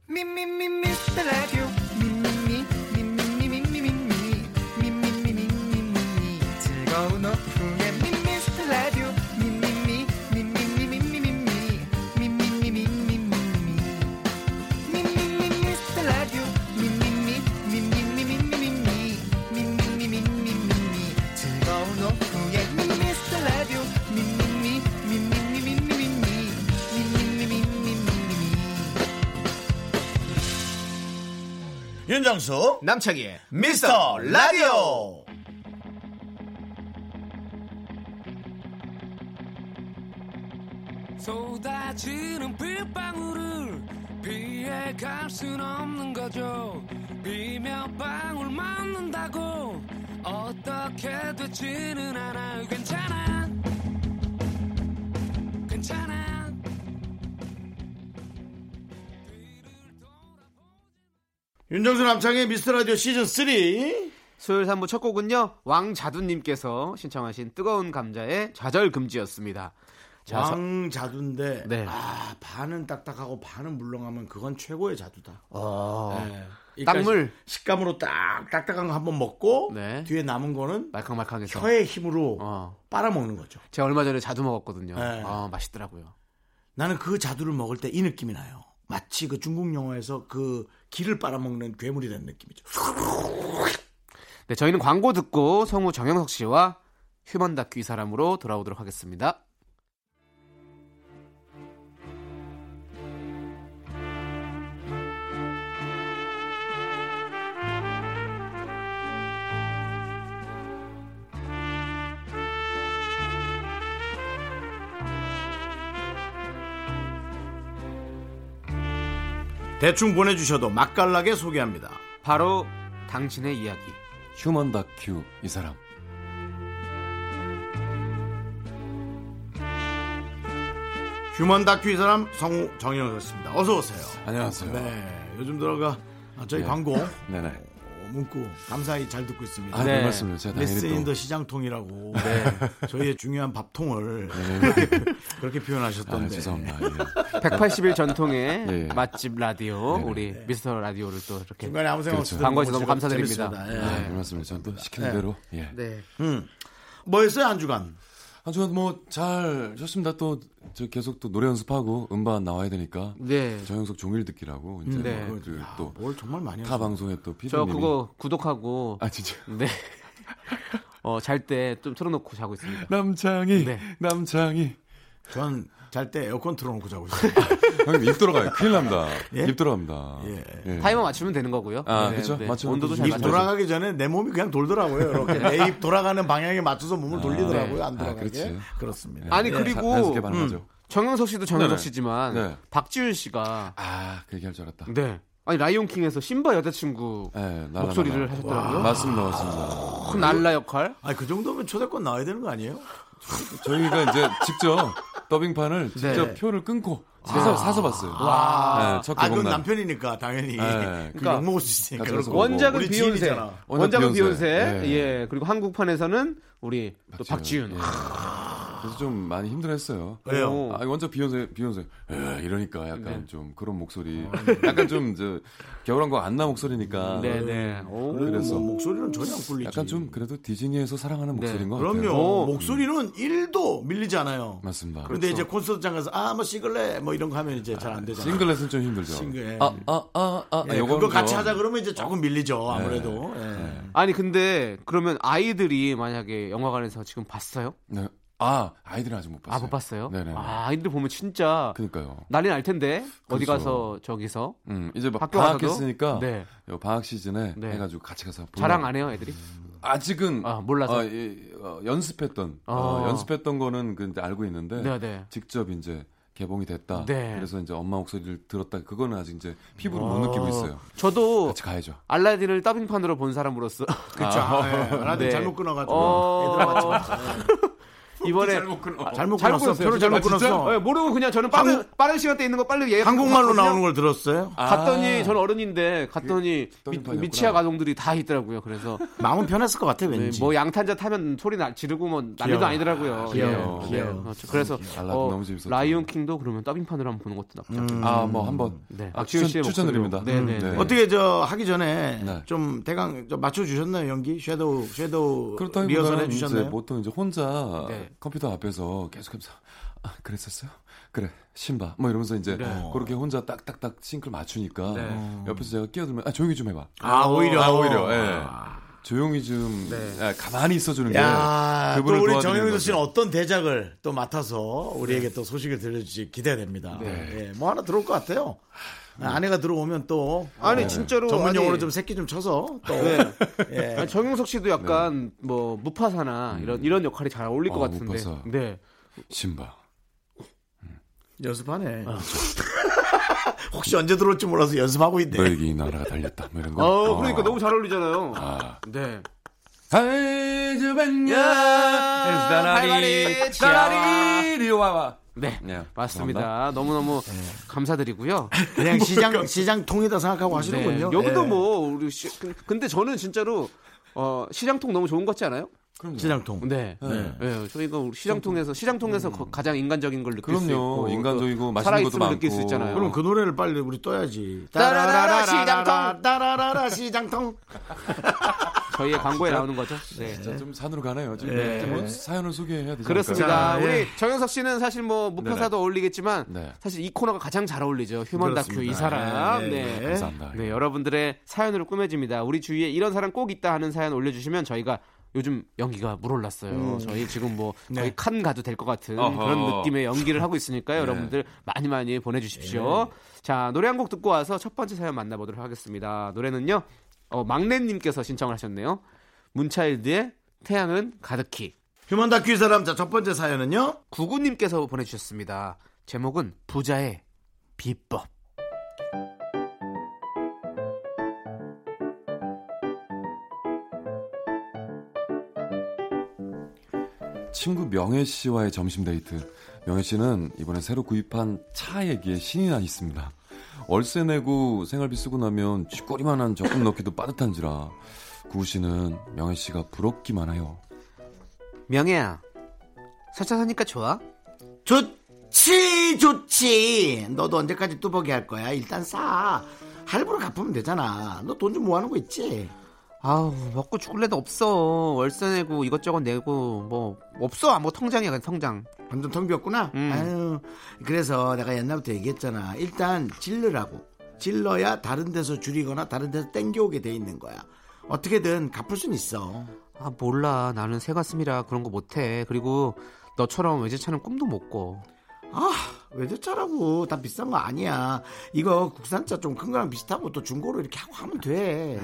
Speaker 3: 미미미 미스터 라디오 미미미 미미미 미미미 미미미 미미미 즐거운 오후에 미스터 라디오 미미미 미미미 미미미 미미미 미미미
Speaker 1: 윤정수
Speaker 5: 남창희의
Speaker 1: 미스터 라디오
Speaker 7: 쏟아지는 빗방울을 피해 갈 순 없는 거죠 비며 방울 맞는다고 어떻게 되지는 않아요 괜찮아 괜찮아
Speaker 1: 윤정수 남창의 미스터 라디오 시즌 3
Speaker 2: 수요일 3부 첫 곡은요 왕자두님께서 신청하신 뜨거운 감자의 좌절 금지였습니다. 자, 서-
Speaker 1: 왕자두인데
Speaker 2: 네.
Speaker 1: 아 반은 딱딱하고 반은 물렁하면 그건 최고의 자두다
Speaker 2: 어,
Speaker 1: 네.
Speaker 2: 딱물.
Speaker 1: 시- 식감으로 딱 딱딱한 거 한번 먹고
Speaker 2: 네.
Speaker 1: 뒤에 남은 거는
Speaker 2: 말캉말캉해서
Speaker 1: 혀의 힘으로
Speaker 2: 어.
Speaker 1: 빨아먹는 거죠
Speaker 2: 제가 얼마 전에 자두 먹었거든요.
Speaker 1: 네.
Speaker 2: 아 맛있더라고요.
Speaker 1: 나는 그 자두를 먹을 때 이 느낌이 나요 마치 그 중국 영화에서 그 기를 빨아먹는 괴물이 된 느낌이죠
Speaker 2: 네, 저희는 광고 듣고 성우 정영석 씨와 휴먼 다큐 이 사람으로 돌아오도록 하겠습니다.
Speaker 1: 대충 보내주셔도 맛깔나게 소개합니다
Speaker 2: 바로 당신의 이야기.
Speaker 6: 휴먼 다큐 이 사람
Speaker 1: 휴먼 다큐 이 사람 성우 정영이었습니다 어서 오세요
Speaker 6: 안녕하세요.
Speaker 1: 네 요즘 들어가 아, 저희
Speaker 6: 예.
Speaker 1: 광고
Speaker 6: 네네.
Speaker 1: 어, 문구 감사히 잘 듣고 있습니다.
Speaker 6: 아, 네.
Speaker 2: 네.
Speaker 6: 말씀을 제가 당연히
Speaker 1: 레슨인더
Speaker 6: 또 네.
Speaker 1: 시장통이라고 네, 저희의 중요한 밥통을 그렇게 표현하셨던데
Speaker 6: 아, 죄송합니다. 예.
Speaker 2: 180일 전통의
Speaker 6: 예.
Speaker 2: 맛집 라디오
Speaker 6: 네, 네.
Speaker 2: 우리 미스터 라디오를 또 이렇게
Speaker 1: 중간에 아무 생각 없이
Speaker 6: 그렇죠.
Speaker 1: 듣는
Speaker 2: 광고에서
Speaker 1: 거
Speaker 2: 너무
Speaker 1: 제가
Speaker 2: 감사드립니다.
Speaker 1: 재밌습니다. 예.
Speaker 6: 아, 별 말씀을 전또 시키는
Speaker 1: 네.
Speaker 6: 대로. 예.
Speaker 2: 네.
Speaker 1: 음. 뭐였어요 한 주간?
Speaker 6: 아주 뭐잘 좋습니다. 또 저 계속 또 노래 연습하고 음반 나와야 되니까
Speaker 2: 네.
Speaker 6: 정영석 종일 듣기라고 이제 뭐
Speaker 2: 네.
Speaker 6: 그또
Speaker 1: 뭘 정말 많이
Speaker 6: 타
Speaker 1: 하셨어요.
Speaker 6: 방송에 또
Speaker 2: 저
Speaker 6: 피디님이
Speaker 2: 그거 구독하고
Speaker 6: 아 진짜
Speaker 2: 네. 어, 잘 때 좀 틀어놓고 자고 있습니다.
Speaker 6: 남창이
Speaker 2: 네.
Speaker 6: 남창이
Speaker 1: 전 잘 때 에어컨 틀어놓고 자고 있어요.
Speaker 6: 아, 형님 입 돌아가요. 큰일 납니다.
Speaker 1: 예?
Speaker 6: 입 돌아갑니다.
Speaker 1: 예.
Speaker 2: 타이머 맞추면 되는 거고요. 네,
Speaker 6: 아, 그쵸? 맞추면
Speaker 2: 온도도 잘
Speaker 6: 되죠.
Speaker 1: 입
Speaker 2: 맞춰.
Speaker 6: 돌아-
Speaker 1: 돌아가기 전에 내 몸이 그냥 돌더라고요. 이렇게 내 입 돌아가는 방향에 맞춰서 몸을 돌리더라고요. 안
Speaker 6: 네. 아,
Speaker 1: 돌아가게.
Speaker 6: 그렇지. 네.
Speaker 1: 그렇습니다.
Speaker 2: 아니
Speaker 6: 자-
Speaker 2: 그리고 음.
Speaker 6: 자연스럽게 반응하죠.
Speaker 2: 정영석 씨도 정영석
Speaker 6: 네네.
Speaker 2: 씨지만
Speaker 6: 네.
Speaker 2: 박지윤 씨가
Speaker 6: 아, 그 얘기할 줄 알았다.
Speaker 2: 네. 아니 라이온킹에서 심바 여자친구
Speaker 6: 예, 날라,
Speaker 2: 목소리를
Speaker 6: 날라.
Speaker 2: 하셨더라고요.
Speaker 6: 맞습니다, 맞습니다.
Speaker 2: 큰 날라 역할.
Speaker 1: 아니 그 정도면 초대권 나와야 되는 거 아니에요?
Speaker 6: 저희가 이제 직접 더빙판을 직접
Speaker 1: 네.
Speaker 6: 표를 끊고
Speaker 2: 아.
Speaker 6: 사서, 사서 봤어요.
Speaker 1: 와.
Speaker 6: 네, 첫
Speaker 1: 아, 그건
Speaker 6: 개봉날.
Speaker 1: 남편이니까 당연히
Speaker 6: 네,
Speaker 1: 그
Speaker 2: 그러니까
Speaker 1: 욕 먹을 수 있으니까.
Speaker 6: 그래서
Speaker 1: 그렇고.
Speaker 6: 뭐
Speaker 2: 원작은
Speaker 1: 우리
Speaker 2: 비욘세.
Speaker 1: 지인이잖아.
Speaker 2: 원작은
Speaker 6: 원작
Speaker 2: 비욘세.
Speaker 6: 비욘세.
Speaker 2: 예.
Speaker 6: 예.
Speaker 2: 그리고 한국판에서는 우리 또 박지윤.
Speaker 6: 예. 그래서 좀 많이 힘들었어요.
Speaker 1: 왜요?
Speaker 2: 오.
Speaker 6: 아, 먼저 비욘세, 비욘세. 에, 이러니까
Speaker 2: 네.
Speaker 6: 약간 좀 그런 목소리.
Speaker 2: 어.
Speaker 6: 약간 좀, 저, 겨울왕국 안나 목소리니까.
Speaker 2: 아, 네네. 오.
Speaker 6: 그래서
Speaker 1: 뭐 목소리는 전혀 안 꿀리지.
Speaker 6: 약간 좀 어. 그래도 디즈니에서 사랑하는
Speaker 2: 네.
Speaker 6: 목소리인 것 같아요.
Speaker 1: 음.
Speaker 2: 어,
Speaker 1: 그럼요. 목소리는 1도 밀리지 않아요.
Speaker 6: 맞습니다.
Speaker 1: 근데 이제 콘서트장 가서 아 뭐 찍을래 뭐 이런 거 하면 이제 잘 안 되잖아요.
Speaker 6: 싱글렛은 좀 힘들죠.
Speaker 1: 싱글, 예.
Speaker 6: 아, 아, 아, 아.
Speaker 1: 예,
Speaker 6: 요거는 네.
Speaker 1: 그거 같이
Speaker 6: 좀-
Speaker 1: 하자 그러면 이제 조금 밀리죠. 아무래도. 예.
Speaker 2: 아니 근데 그러면 아이들이 만약에 영화관에서 지금 봤어요?
Speaker 6: 네. 아, 아이들은 아직 못 봤어요.
Speaker 2: 아 못 봤어요?
Speaker 6: 네네.
Speaker 2: 아, 아이들 보면 진짜
Speaker 6: 그니까요.
Speaker 2: 난리 날 텐데 어디
Speaker 6: 그렇죠.
Speaker 2: 가서 저기서
Speaker 6: 음, 이제 막
Speaker 2: 학교
Speaker 6: 방학했으니까
Speaker 2: 가서도? 네.
Speaker 6: 요 방학 시즌에
Speaker 2: 네.
Speaker 6: 해가지고 같이 가서 보려고.
Speaker 2: 자랑 안 해요 애들이?
Speaker 6: 아직은
Speaker 2: 아, 몰라서?
Speaker 6: 어, 예, 어, 연습했던 어,
Speaker 2: 아.
Speaker 6: 연습했던 거는 그 이제 알고 있는데
Speaker 2: 네네.
Speaker 6: 직접 이제 개봉이 됐다.
Speaker 2: 네.
Speaker 6: 그래서 이제 엄마 목소리를 들었다. 그거는 아직 이제 피부로 못 느끼고 있어요.
Speaker 2: 저도
Speaker 6: 같이 가야죠.
Speaker 2: 알라딘을 더빙판으로 본 사람으로서
Speaker 1: 그렇죠. 예. 나도
Speaker 2: 네.
Speaker 1: 잘못 끊어가지고
Speaker 2: 어.
Speaker 1: 애들 같이 봤어요.
Speaker 2: 이번에 아,
Speaker 1: 잘못
Speaker 2: 잘못
Speaker 1: 끊었어.
Speaker 2: 끊었어요.
Speaker 1: 표를 잘못
Speaker 2: 진짜?
Speaker 1: 끊었어.
Speaker 2: 예, 모르고 그냥 저는 빠른 빠른 시간대 있는 거 빨리 예약
Speaker 6: 아,
Speaker 1: 한국말로 나오는 걸 들었어요. 아.
Speaker 2: 갔더니 저는 어른인데 갔더니 미,
Speaker 6: 더빙판이었구나.
Speaker 2: 미취학 아동들이 다 있더라고요. 그래서
Speaker 1: 마음은 편했을 것 같아
Speaker 2: 네,
Speaker 1: 왠지.
Speaker 2: 뭐 양탄자 타면 소리 나, 지르고 뭐 난리도
Speaker 1: 귀여워.
Speaker 2: 아니더라고요.
Speaker 1: 귀여워.
Speaker 2: 예.
Speaker 1: 귀여워.
Speaker 2: 그렇죠. 그래서
Speaker 6: 알라딘
Speaker 2: 어,
Speaker 6: 너무 재밌었죠.
Speaker 2: 라이온 킹도 그러면 더빙판으로 한번 보는 것도 나쁘지
Speaker 1: 음.
Speaker 2: 않아요.
Speaker 6: 아, 뭐 한번
Speaker 2: 네.
Speaker 6: 아,
Speaker 2: 박지훈 씨의
Speaker 6: 추천, 추천드립니다. 음,
Speaker 2: 목소리로. 네, 네, 네.
Speaker 1: 어떻게 저 하기 전에
Speaker 6: 네.
Speaker 1: 좀 대강 좀 맞춰주셨나요 연기 섀도우 섀도우 리허설
Speaker 6: 그렇다기보다는 이제
Speaker 1: 해주셨나요?
Speaker 6: 보통 이제 혼자
Speaker 2: 네.
Speaker 6: 컴퓨터 앞에서 계속해서 아, 그랬었어요? 그래 신바 뭐 이러면서 이제
Speaker 1: 네.
Speaker 6: 그렇게 혼자 딱딱딱 싱크를 맞추니까
Speaker 2: 네.
Speaker 6: 옆에서 제가 끼어들면 아 조용히 좀 해봐
Speaker 1: 아 오히려 네.
Speaker 6: 아 오히려 예. 조용히 좀 아, 가만히 있어주는 게
Speaker 1: 야, 또
Speaker 6: 그분을
Speaker 1: 우리
Speaker 6: 도와드리는
Speaker 1: 정영수
Speaker 6: 거죠.
Speaker 1: 씨는 어떤 대작을 또 맡아서 우리에게 또 소식을 들려주지 기대됩니다. 예, 뭐 하나 들어올 것 같아요. 아내가 들어오면 또
Speaker 2: 아니
Speaker 1: 어,
Speaker 2: 진짜로
Speaker 1: 전문
Speaker 2: 아니,
Speaker 1: 용어로 좀 새끼 좀 쳐서 또
Speaker 2: 네.
Speaker 1: 예.
Speaker 2: 아니, 정용석 씨도
Speaker 6: 네.
Speaker 2: 약간 뭐 무파사나 이런 이런 역할이 잘 어울릴 것
Speaker 6: 음. 아,
Speaker 2: 같은데.
Speaker 6: 무파사.
Speaker 2: 네.
Speaker 6: 신바.
Speaker 1: 연습하네. 어. 혹시 언제 들어올지 몰라서 연습하고 있네.
Speaker 6: 너에게 이 나라가 달렸다. 뭐 이런 거.
Speaker 2: 어, 그러니까 너무 잘 어울리잖아요.
Speaker 6: 아.
Speaker 2: 네.
Speaker 5: 할머니,
Speaker 6: 다리 와와.
Speaker 2: 네.
Speaker 6: 네,
Speaker 2: 맞습니다. 너무너무 감사드리고요.
Speaker 1: 그냥 시장 시장 통이다 생각하고
Speaker 2: 네.
Speaker 1: 하시는군요.
Speaker 2: 여기도
Speaker 1: 예.
Speaker 2: 뭐 우리 시, 근- 근데 저는 진짜로 어, 시장통 너무 좋은 것 같지 않아요?
Speaker 1: 시장 통.
Speaker 2: 네. 네. 저희가 우리 시장통에서 시장통에서 거- 가장 인간적인 걸 느낄 수
Speaker 6: 음. 그럼요.
Speaker 2: 있고
Speaker 6: 인간적이고
Speaker 2: 또
Speaker 6: 맛있는 것도
Speaker 2: 살아있음을
Speaker 6: 많고.
Speaker 2: 느낄 수 있잖아요.
Speaker 1: 그럼 그 노래를 빨리 우리 떠야지.
Speaker 2: 따라라라 시장통.
Speaker 1: 따라라라 시장통.
Speaker 2: 저희의 광고에 나오는 거죠. 네.
Speaker 6: 진짜 좀 산으로 가네요. 지금 이제 뭐 사연을 소개해야 되죠.
Speaker 2: 그렇습니다.
Speaker 1: 자,
Speaker 2: 우리
Speaker 1: 예.
Speaker 2: 정현석 씨는 사실 뭐 무파사도 어울리겠지만
Speaker 6: 네.
Speaker 2: 사실 이 코너가 가장 잘 어울리죠. 휴먼 다큐 이
Speaker 1: 그렇습니다.
Speaker 2: 사람.
Speaker 1: 예,
Speaker 2: 네.
Speaker 1: 예.
Speaker 6: 감사합니다.
Speaker 2: 네, 여러분들의 사연으로 꾸며집니다. 우리 주위에 이런 사람 꼭 있다 하는 사연 올려주시면 저희가 요즘 연기가 물올랐어요. 저희 지금 뭐 거의 칸 가도 될 것 같은 그런
Speaker 6: 음. 네. 어허. 네.
Speaker 2: 느낌의 연기를 하고 있으니까요. 여러분들 많이 많이 보내주십시오. 자, 노래 한 곡 듣고 와서 첫 번째 사연 만나보도록 하겠습니다. 노래는요, 어, 막내님께서 신청을 하셨네요. 문차일드의 태양은 가득히.
Speaker 1: 휴먼 다큐 이 사람 자 첫 번째 사연은요.
Speaker 2: 구구님께서 보내주셨습니다. 제목은 부자의 비법.
Speaker 6: 네. 친구 명혜 씨와의 점심 데이트. 명혜 씨는 이번에 새로 구입한 차 얘기에 신이 나 있습니다. 월세 내고 생활비 쓰고 나면 쥐꼬리만한 적금 넣기도 빠듯한지라 구우 씨는 명혜 씨가 부럽기만 해요.
Speaker 2: 명혜야, 새 차 사니까 좋아?
Speaker 1: 좋지 좋지 너도 언제까지 뚜벅이 할 거야 일단 싸 할부로 갚으면 되잖아 너 돈 좀 모아놓은 거 있지
Speaker 2: 아우 먹고 죽을 애도 없어 월세 내고 이것저것 내고 뭐 없어 뭐 통장이야 그냥 통장
Speaker 1: 완전 텅 비었구나 아유 그래서 내가 옛날부터 얘기했잖아 일단 질르라고 질러야 다른 데서 줄이거나 다른 데서 땡겨오게 돼 있는 거야 어떻게든 갚을 순 있어
Speaker 2: 아 몰라 나는 새 가슴이라 그런 거 못해 그리고 너처럼 외제차는 꿈도 못꿔
Speaker 1: 아 외제차라고 다 비싼 거 아니야 이거 국산차 좀 큰 거랑 비슷하고 또 중고로 이렇게 하고 하면 돼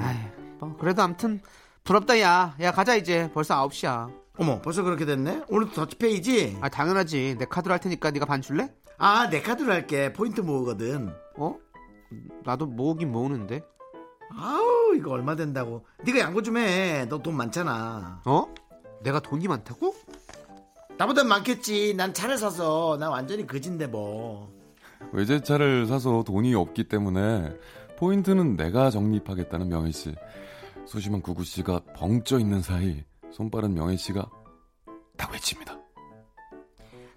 Speaker 2: 뭐, 그래도 암튼 부럽다 야야 가자 이제 벌써 9시야
Speaker 1: 어머 벌써 그렇게 됐네 오늘도 더치페이지
Speaker 2: 아 당연하지 내 카드로 할 테니까 네가 반 줄래?
Speaker 1: 아 내 카드로 할게 포인트 모으거든
Speaker 2: 어? 나도 모으긴 모으는데
Speaker 1: 아우 이거 얼마 된다고 네가 양보 좀 해 너 돈 많잖아
Speaker 2: 어? 내가 돈이 많다고?
Speaker 1: 나보다 많겠지 난 차를 사서 난 완전히 그진데 뭐
Speaker 6: 외제차를 사서 돈이 없기 때문에 포인트는 내가 적립하겠다는 명혜 씨. 소심한 구구 씨가 벙쪄 있는 사이 손빠른 명혜 씨가 딱 외칩니다.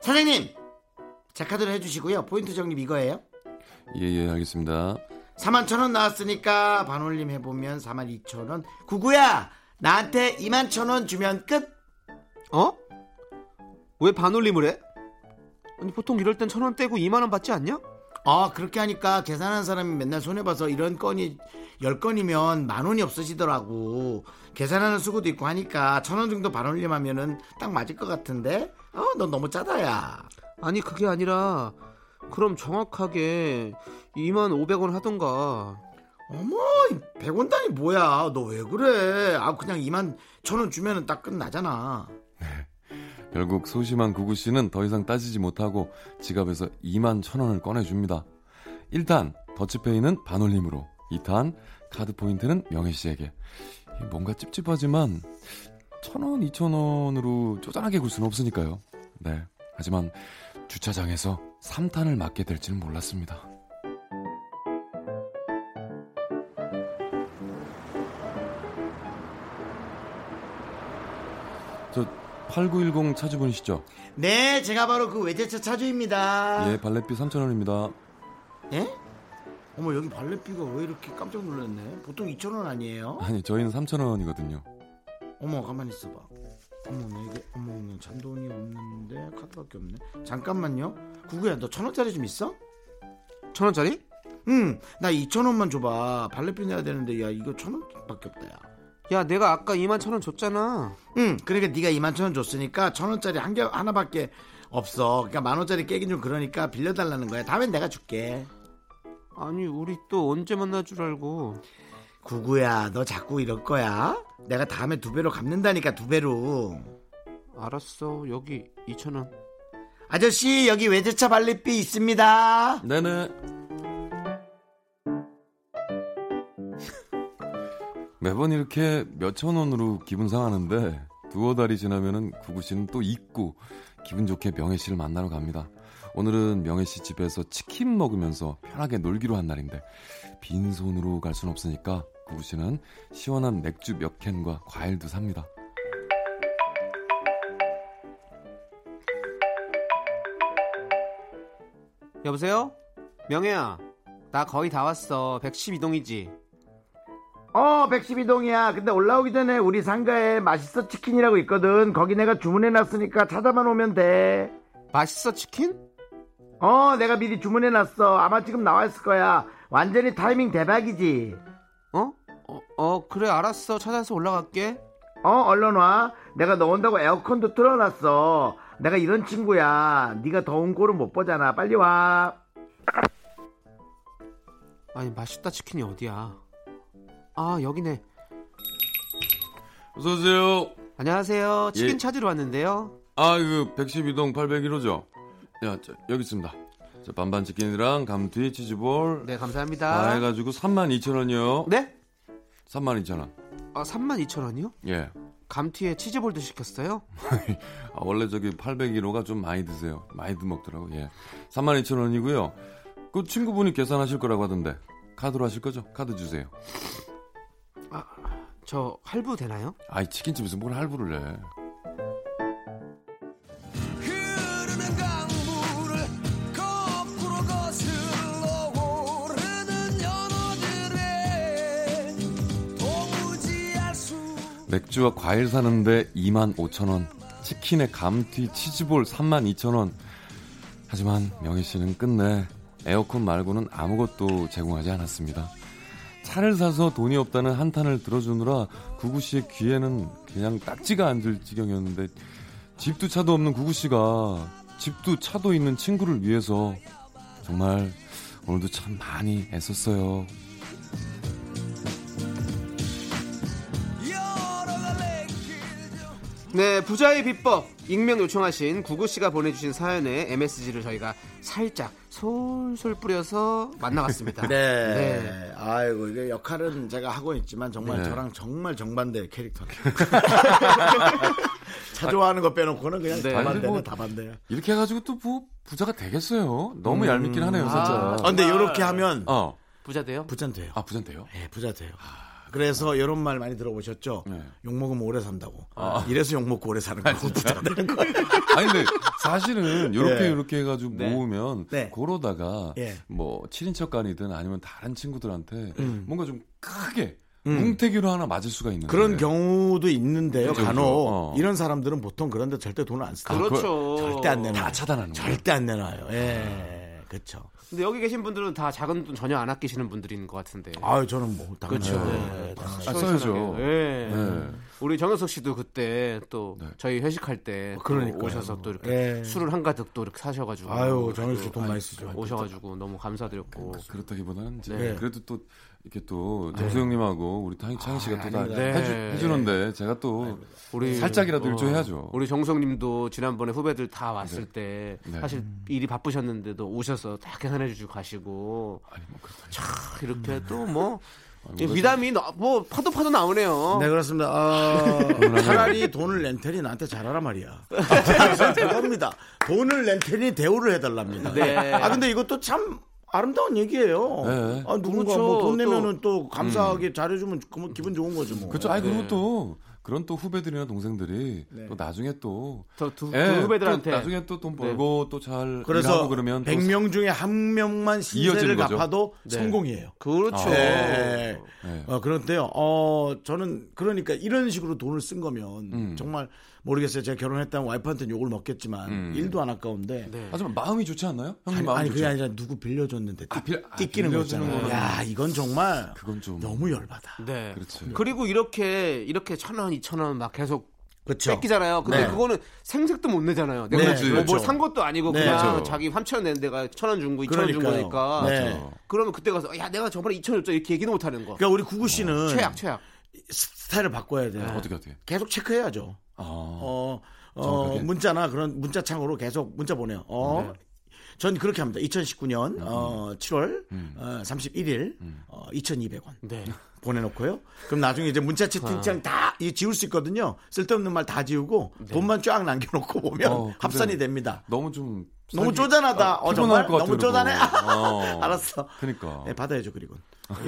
Speaker 1: 사장님 제 카드로 해주시고요 포인트 적립 이거예요
Speaker 6: 예예 알겠습니다.
Speaker 1: 4만 천 원 나왔으니까 반올림 해보면 4만 2천 원 구구야 나한테 2만 천 원 주면 끝
Speaker 2: 어? 왜 반올림을 해? 아니 보통 이럴 땐 천 원 떼고 2만 원 받지 않냐?
Speaker 1: 아, 그렇게 하니까 계산하는 사람이 맨날 손해봐서 이런 건이 10건이면 만 원이 없어지더라고. 계산하는 수고도 있고 하니까 천 원 정도 반올림하면은 딱 맞을 것 같은데? 어, 넌 너무 짜다, 야.
Speaker 2: 아니 그게 아니라 그럼 정확하게 2만 500원 하던가
Speaker 1: 어머, 100원 단위 뭐야. 너 왜 그래? 아, 그냥 2만 천 원 주면은 딱 끝나잖아.
Speaker 6: 결국 소심한 구구 씨는 더 이상 따지지 못하고 지갑에서 2만 천 원을 꺼내줍니다. 1탄 더치페이는 반올림으로 2탄 카드 포인트는 명혜 씨에게 이 뭔가 찝찝하지만 천 원, 이천 원으로 쪼잔하게 굴 수는 없으니까요. 네. 하지만 주차장에서 3탄을 맞게 될지는 몰랐습니다. 저 8910 차주분이시죠?
Speaker 1: 네, 제가 바로 그 외제차 차주입니다.
Speaker 6: 예, 발렛비 3,000원입니다.
Speaker 1: 예? 어머, 여기 발렛비가 왜 이렇게 깜짝 놀랐네? 보통 2천 원 아니에요?
Speaker 6: 아니, 저희는 3,000원이거든요.
Speaker 1: 어머 가만 있어봐 어머 나 이게 어머 나 잔돈이 없는데 카드밖에 없네 잠깐만요 구구야 너 천원짜리 좀 있어?
Speaker 2: 천 원짜리?
Speaker 1: 응나 이천원만 줘봐 발렛비 내야 되는데 야 이거 천원밖에 없다 야
Speaker 2: 야 내가 아까 2만 천 원 줬잖아
Speaker 1: 응, 그러니까 네가 2만 천 원 줬으니까 천 원짜리 한 개 하나밖에 없어. 그러니까 만 원짜리 깨긴 좀 그러니까 빌려달라는 거야. 다음엔 내가 줄게.
Speaker 2: 아니 우리 또 언제 만날 줄 알고
Speaker 1: 구구야 너 자꾸 이럴 거야? 내가 다음에 두 배로 갚는다니까 두 배로
Speaker 2: 알았어 여기 2천원
Speaker 1: 아저씨 여기 외제차 발리비 있습니다
Speaker 6: 네네. 매번 이렇게 몇천 원으로 기분 상하는데 두어 달이 지나면은 구구 씨는 또 잊고 기분 좋게 명혜 씨를 만나러 갑니다. 오늘은 명혜 씨 집에서 치킨 먹으면서 편하게 놀기로 한 날인데 빈손으로 갈 순 없으니까 구구 씨는 시원한 맥주 몇 캔과 과일도 삽니다.
Speaker 2: 여보세요? 명혜야 나 거의 다 왔어 112동이지
Speaker 1: 어 112동이야 근데 올라오기 전에 우리 상가에 맛있어 치킨이라고 있거든 거기 내가 주문해놨으니까 찾아만 오면 돼어 어,
Speaker 2: 맛있어 치킨?
Speaker 1: 내가 미리 주문해놨어 아마 지금 나와있을 거야 완전히 타이밍 대박이지
Speaker 2: 어? 어, 어 그래 알았어 찾아서 올라갈게
Speaker 1: 어 얼른 와 내가 너 온다고 에어컨도 틀어놨어 내가 이런 친구야 네가 더운 꼴은 못 보잖아 빨리 와
Speaker 2: 아니 맛있다 치킨이 어디야 아 여기네
Speaker 6: 어서 오세요.
Speaker 2: 안녕하세요 치킨
Speaker 6: 예.
Speaker 2: 찾으러 왔는데요
Speaker 6: 아, 그 112동 801호죠. 야, 저, 여기 있습니다. 자, 반반 치킨이랑 감튀, 치즈볼
Speaker 2: 네
Speaker 6: 다
Speaker 2: 감사합니다
Speaker 6: 해가지고 32,000원이요.
Speaker 2: 네?
Speaker 6: 32,000원.
Speaker 2: 아 32,000원이요?
Speaker 6: 예.
Speaker 2: 감튀에 치즈볼도 시켰어요?
Speaker 6: 아, 원래 저기 801호가 좀 많이 드세요. 많이 먹더라고. 예. 32,000원이고요. 그 친구분이 계산하실 거라고 하던데. 카드로 하실 거죠? 카드 주세요.
Speaker 2: 저 할부 되나요?
Speaker 6: 아이, 치킨집에서 뭘 할부를 해.
Speaker 7: 흐르는 강물을 거꾸로 거슬러 오르는 연어들의 도무지 알수
Speaker 6: 맥주와 과일 사는데 25,000원. 치킨에 감튀, 치즈볼 32,000원. 하지만 명희 씨는 끝내 에어컨 말고는 아무것도 제공하지 않았습니다. 차를 사서 돈이 없다는 한탄을 들어주느라 구구 씨의 귀에는 그냥 딱지가 앉을 지경이었는데 집도 차도 없는 구구 씨가 집도 차도 있는 친구를 위해서 정말 오늘도 참 많이 애썼어요.
Speaker 2: 네, 부자의 비법 익명 요청하신 구구 씨가 보내주신 사연에 MSG를 저희가 살짝 솔솔 뿌려서 만나봤습니다.
Speaker 1: 네. 아이고 이게 역할은 제가 하고 있지만 정말
Speaker 6: 네.
Speaker 1: 저랑 정말 정반대 캐릭터네요. 차 좋아하는 거 빼놓고는 그냥
Speaker 2: 네.
Speaker 1: 다
Speaker 6: 아니,
Speaker 1: 반대네
Speaker 6: 뭐-
Speaker 1: 다 반대야.
Speaker 6: 이렇게 해가지고 또 부, 부자가 되겠어요. 너무 얄밉긴 하네요, 진짜.
Speaker 1: 아, 근데 요렇게 하면
Speaker 6: 어.
Speaker 2: 부자 돼요?
Speaker 1: 부잔 돼요.
Speaker 6: 아, 부잔 돼요?
Speaker 1: 네, 부자 돼요. 그래서 이런 말 많이 들어보셨죠?
Speaker 6: 네. 아.
Speaker 1: 욕 먹으면 오래 산다고. 이래서 욕 먹고 오래 사는 거고 부자 되는 거예요.
Speaker 6: 아니, 근데 사실은 이렇게
Speaker 1: 네.
Speaker 6: 이렇게 해가지고 모으면
Speaker 1: 네.
Speaker 6: 그러다가
Speaker 1: 예.
Speaker 6: 뭐 7인척 간이든 아니면 다른 친구들한테 뭔가 좀 크게 뭉태기로 하나 맞을 수가 있는데.
Speaker 1: 음. 그런 경우도 있는데요.
Speaker 6: 네. 그죠,
Speaker 1: 간혹
Speaker 6: 그죠. 어.
Speaker 1: 이런 사람들은 보통 아, 그런데 절대 돈을 안 쓰고
Speaker 2: 그렇죠.
Speaker 1: 절대 안 내놔요.
Speaker 6: 다 아, 차단하는 거예요.
Speaker 1: 절대 안 내놔요. 예, 그렇죠.
Speaker 2: 근데 여기 계신 분들은 다 작은 돈 전혀 안 아끼시는 분들인 것 같은데.
Speaker 1: 아유 저는 뭐 당연히
Speaker 2: 그렇죠.
Speaker 1: 네, 당연히.
Speaker 6: 아, 써야죠.
Speaker 2: 예.
Speaker 6: 네.
Speaker 1: 음.
Speaker 2: 우리 정현석 씨도 그때 또 저희 회식할 때
Speaker 1: 그러니까요.
Speaker 2: 오셔서 또 이렇게
Speaker 1: 예.
Speaker 2: 술을 한가득 또 이렇게 사셔가지고
Speaker 1: 아유, 정현석 씨돈
Speaker 2: 아유,
Speaker 1: 많이 쓰죠.
Speaker 2: 오셔가지고 너무 감사드렸고
Speaker 6: 뭐 그러니까. 그렇다기보다는 이제
Speaker 1: 네.
Speaker 6: 그래도 또 이렇게 또 정수영님하고 우리 탕희 창희 씨가 또 다
Speaker 1: 아닙니다.
Speaker 6: 해주,
Speaker 2: 네.
Speaker 6: 해주는데 제가 또
Speaker 2: 우리
Speaker 6: 살짝이라도
Speaker 2: 어,
Speaker 6: 일조해야죠.
Speaker 2: 우리 정성님도 지난번에 후배들 다 왔을 때
Speaker 6: 네.
Speaker 2: 사실
Speaker 1: 음.
Speaker 2: 일이 바쁘셨는데도 오셔서 다 계산해 주시고 가시고
Speaker 6: 아니 뭐 아, 그렇다.
Speaker 2: 캬, 이렇게 또 뭐 미담이 너- 뭐 파도 파도 나오네요.
Speaker 1: 네 그렇습니다.
Speaker 6: 네.
Speaker 1: 아, 차라리 돈을 낸 테니 나한테 잘하라 말이야. 그겁니다. 돈을 낸 테니 대우를 해달랍니다.
Speaker 2: 네.
Speaker 1: 아 근데 이것도 참 아름다운 얘기예요.
Speaker 6: 네. 음.
Speaker 1: 아, 누군가
Speaker 2: 그렇죠.
Speaker 1: 뭐돈 내면은 또 감사하게 잘해주면 그러면 기분 좋은 거지 뭐.
Speaker 6: 그렇죠. 아니 그리고 또 그런 또 후배들이나 동생들이 또 나중에 또
Speaker 2: 저두
Speaker 6: 예,
Speaker 2: 두 후배들한테
Speaker 6: 또 나중에 또 돈 벌고 또 잘
Speaker 1: 그래서
Speaker 6: 일하고 그러면 또
Speaker 1: 100명 중에 한 명만 신세를
Speaker 6: 이어지는 거죠.
Speaker 1: 갚아도 성공이에요.
Speaker 2: 네. 그렇죠.
Speaker 1: 네.
Speaker 6: 네.
Speaker 1: 어, 그런데요, 어, 저는 그러니까 이런 식으로 돈을 쓴 거면
Speaker 6: 음.
Speaker 1: 정말 모르겠어요. 제가 결혼했다면 와이프한테는 욕을 먹겠지만
Speaker 6: 음.
Speaker 1: 일도 안 아까운데.
Speaker 2: 네.
Speaker 6: 하지만 마음이 좋지 않나요? 형님
Speaker 1: 아니,
Speaker 6: 마음이
Speaker 1: 아니,
Speaker 6: 좋죠.
Speaker 1: 그게 아니라 누구 빌려줬는데 띠,
Speaker 6: 빌- 아,
Speaker 1: 끼는거
Speaker 6: 빌려주는
Speaker 1: 있잖아요.
Speaker 6: 거는-
Speaker 1: 야, 이건 정말
Speaker 6: 그건 좀-
Speaker 1: 너무 열받아.
Speaker 2: 네.
Speaker 6: 그렇지.
Speaker 2: 그리고 이렇게 이렇게 천 원, 이천 원 막 계속
Speaker 1: 그렇죠.
Speaker 2: 뺏기잖아요. 근데
Speaker 1: 네.
Speaker 2: 그거는 생색도 못 내잖아요. 내가
Speaker 1: 네,
Speaker 2: 뭐
Speaker 1: 그렇죠.
Speaker 2: 뭘 산 것도 아니고
Speaker 1: 네.
Speaker 2: 그냥
Speaker 1: 맞아요.
Speaker 2: 자기 3천 원 내는 데가 천 원 준 거, 2천 원 준
Speaker 1: 그러니까요.
Speaker 2: 거니까.
Speaker 1: 네.
Speaker 2: 맞아요. 그러면 그때 가서 야 내가 저번에 2천 원 줬잖아 이렇게 얘기는 못 하는 거.
Speaker 1: 그러니까 우리 구구
Speaker 6: 어,
Speaker 1: 씨는
Speaker 2: 최악 최악.
Speaker 1: 스타일을 바꿔야 돼요.
Speaker 6: 네, 어떻게 어떻게?
Speaker 1: 계속 체크해야죠.
Speaker 6: 아,
Speaker 1: 어, 어,
Speaker 6: 정확하게? 네.
Speaker 1: 문자나 그런 문자창으로 계속 문자 보내요. 어, 전 그렇게 합니다. 2019년
Speaker 6: 음,
Speaker 1: 어, 7월 어, 31일 어, 2,200원
Speaker 2: 네.
Speaker 1: 보내놓고요. 그럼 나중에 이제 문자
Speaker 6: 아.
Speaker 1: 채팅창 다 이- 지울 수 있거든요. 쓸데없는 말 다 지우고 돈만 쫙 남겨놓고 보면
Speaker 6: 네. 어, 근데-
Speaker 1: 합산이 됩니다.
Speaker 6: 너무 좀
Speaker 1: 너무
Speaker 6: 살기-
Speaker 1: 쪼잔하다. 어,
Speaker 6: 피곤할
Speaker 1: 정말?
Speaker 6: 것 같아,
Speaker 1: 너무
Speaker 6: 그리고.
Speaker 1: 쪼잔해.
Speaker 6: 어.
Speaker 1: 알았어.
Speaker 6: 그러니까.
Speaker 1: 예, 받아야죠. 그리고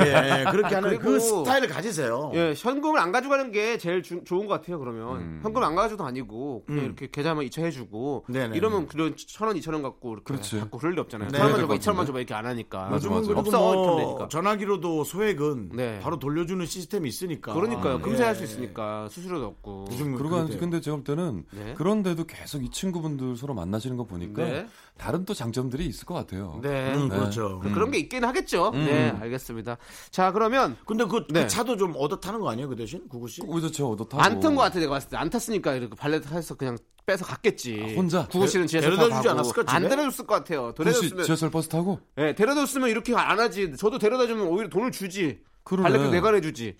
Speaker 1: 예, 그렇게 하는 그
Speaker 2: 그리고-
Speaker 1: 스타일을 가지세요.
Speaker 2: 예, 현금을 안 가져가는 게 제일 주- 좋은 것 같아요. 그러면 현금 안 가져도 아니고 그냥 이렇게 계좌만 이체해주고
Speaker 1: 음. 네네.
Speaker 2: 이러면 그런 천 원, 이천 원 갖고 이렇게
Speaker 6: 그렇지.
Speaker 2: 자꾸 그럴 일 없잖아요.
Speaker 1: 네.
Speaker 2: 천 원만
Speaker 6: 그럴
Speaker 2: 줘봐,
Speaker 6: 것
Speaker 2: 이천 원만
Speaker 6: 같은데.
Speaker 2: 줘봐 이렇게 안 하니까.
Speaker 6: 맞아,
Speaker 1: 요즘은
Speaker 6: 맞아.
Speaker 1: 그래도
Speaker 2: 없어
Speaker 1: 뭐
Speaker 2: 이렇게 되니까.
Speaker 1: 전화기로도 소액은
Speaker 2: 네.
Speaker 1: 바로 돌려주는 시스템이 있으니까.
Speaker 2: 그러니까요.
Speaker 1: 예.
Speaker 2: 금세 할 수 있으니까 수수료도 없고.
Speaker 1: 요즘
Speaker 6: 그러고
Speaker 1: 그래요.
Speaker 6: 하는데 근데 제가 볼 때는
Speaker 2: 네.
Speaker 6: 그런데도 계속 이 친구분들 서로 만나시는 거 보니까
Speaker 2: 네.
Speaker 6: 다른 또 장점들이 있을 것 같아요.
Speaker 2: 네.
Speaker 1: 음,
Speaker 6: 네.
Speaker 1: 그렇죠.
Speaker 2: 그- 그런 게 있긴 하겠죠.
Speaker 6: 음.
Speaker 2: 네, 알겠습니다. 자, 그러면
Speaker 1: 근데 그, 그
Speaker 2: 네.
Speaker 1: 차도 좀 얻어 타는 거 아니에요? 그 대신 구구 씨?
Speaker 6: 오히려 저 얻어 타고
Speaker 2: 안 튼 것 같아 내가 봤을 때 안 탔으니까 이렇게 발레 타서 그냥 빼서 갔겠지.
Speaker 6: 아, 혼자?
Speaker 2: 구구 씨는 집에서
Speaker 1: 데려다
Speaker 2: 타고
Speaker 1: 주지
Speaker 2: 가고.
Speaker 1: 않았을까, 집에?
Speaker 2: 안 데려줬을 것 같아요.
Speaker 6: 혹시
Speaker 2: 데려줬으면
Speaker 6: 지하철 버스 타고
Speaker 2: 예, 데려다 줬으면 이렇게 안 하지. 저도 데려다 주면 오히려 돈을 주지.
Speaker 6: 그러네.
Speaker 2: 발레표 내가 내주지.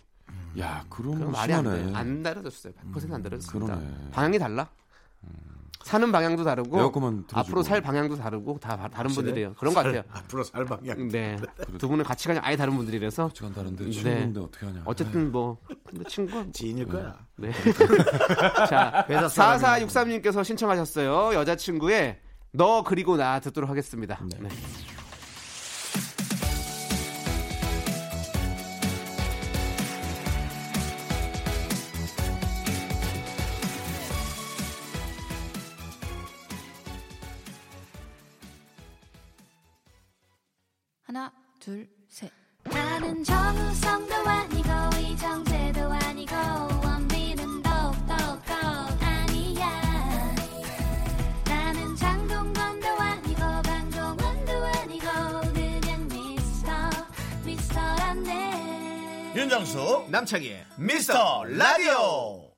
Speaker 6: 야 그런
Speaker 2: 그럼
Speaker 6: 거
Speaker 2: 말이 안 돼.
Speaker 6: 심하네.
Speaker 2: 안 데려줬어요. 100%안 데려줬습니다.
Speaker 6: 그러네.
Speaker 2: 방향이 달라. 사는 방향도 다르고
Speaker 6: 에어컨만 틀어주고.
Speaker 2: 앞으로 살 방향도 다르고 다 바- 다른 분들이에요. 그런 것 같아요.
Speaker 1: 앞으로 살 방향.
Speaker 2: 네. 두 분은 가치관이 아예 다른 분들이라서
Speaker 6: 같이 간다는데
Speaker 2: 네.
Speaker 6: 친구인데 어떻게 하냐.
Speaker 2: 어쨌든 뭐 근데 친구가 뭐-
Speaker 1: 지인일 거야.
Speaker 2: 네. 자,
Speaker 1: 회사 사람이네.
Speaker 2: 4463님께서 신청하셨어요. 여자친구의 너 그리고 나 듣도록 하겠습니다. 네.
Speaker 8: 하나, 둘, 셋.
Speaker 4: 나는 정우성도 아니고 이정재도 아니고 원빈은 더욱더 아니야 나는 장동건도 아니고 방종원도 아니고 그냥 미스터 미스터란데
Speaker 1: 윤정수 남창희의 미스터 라디오.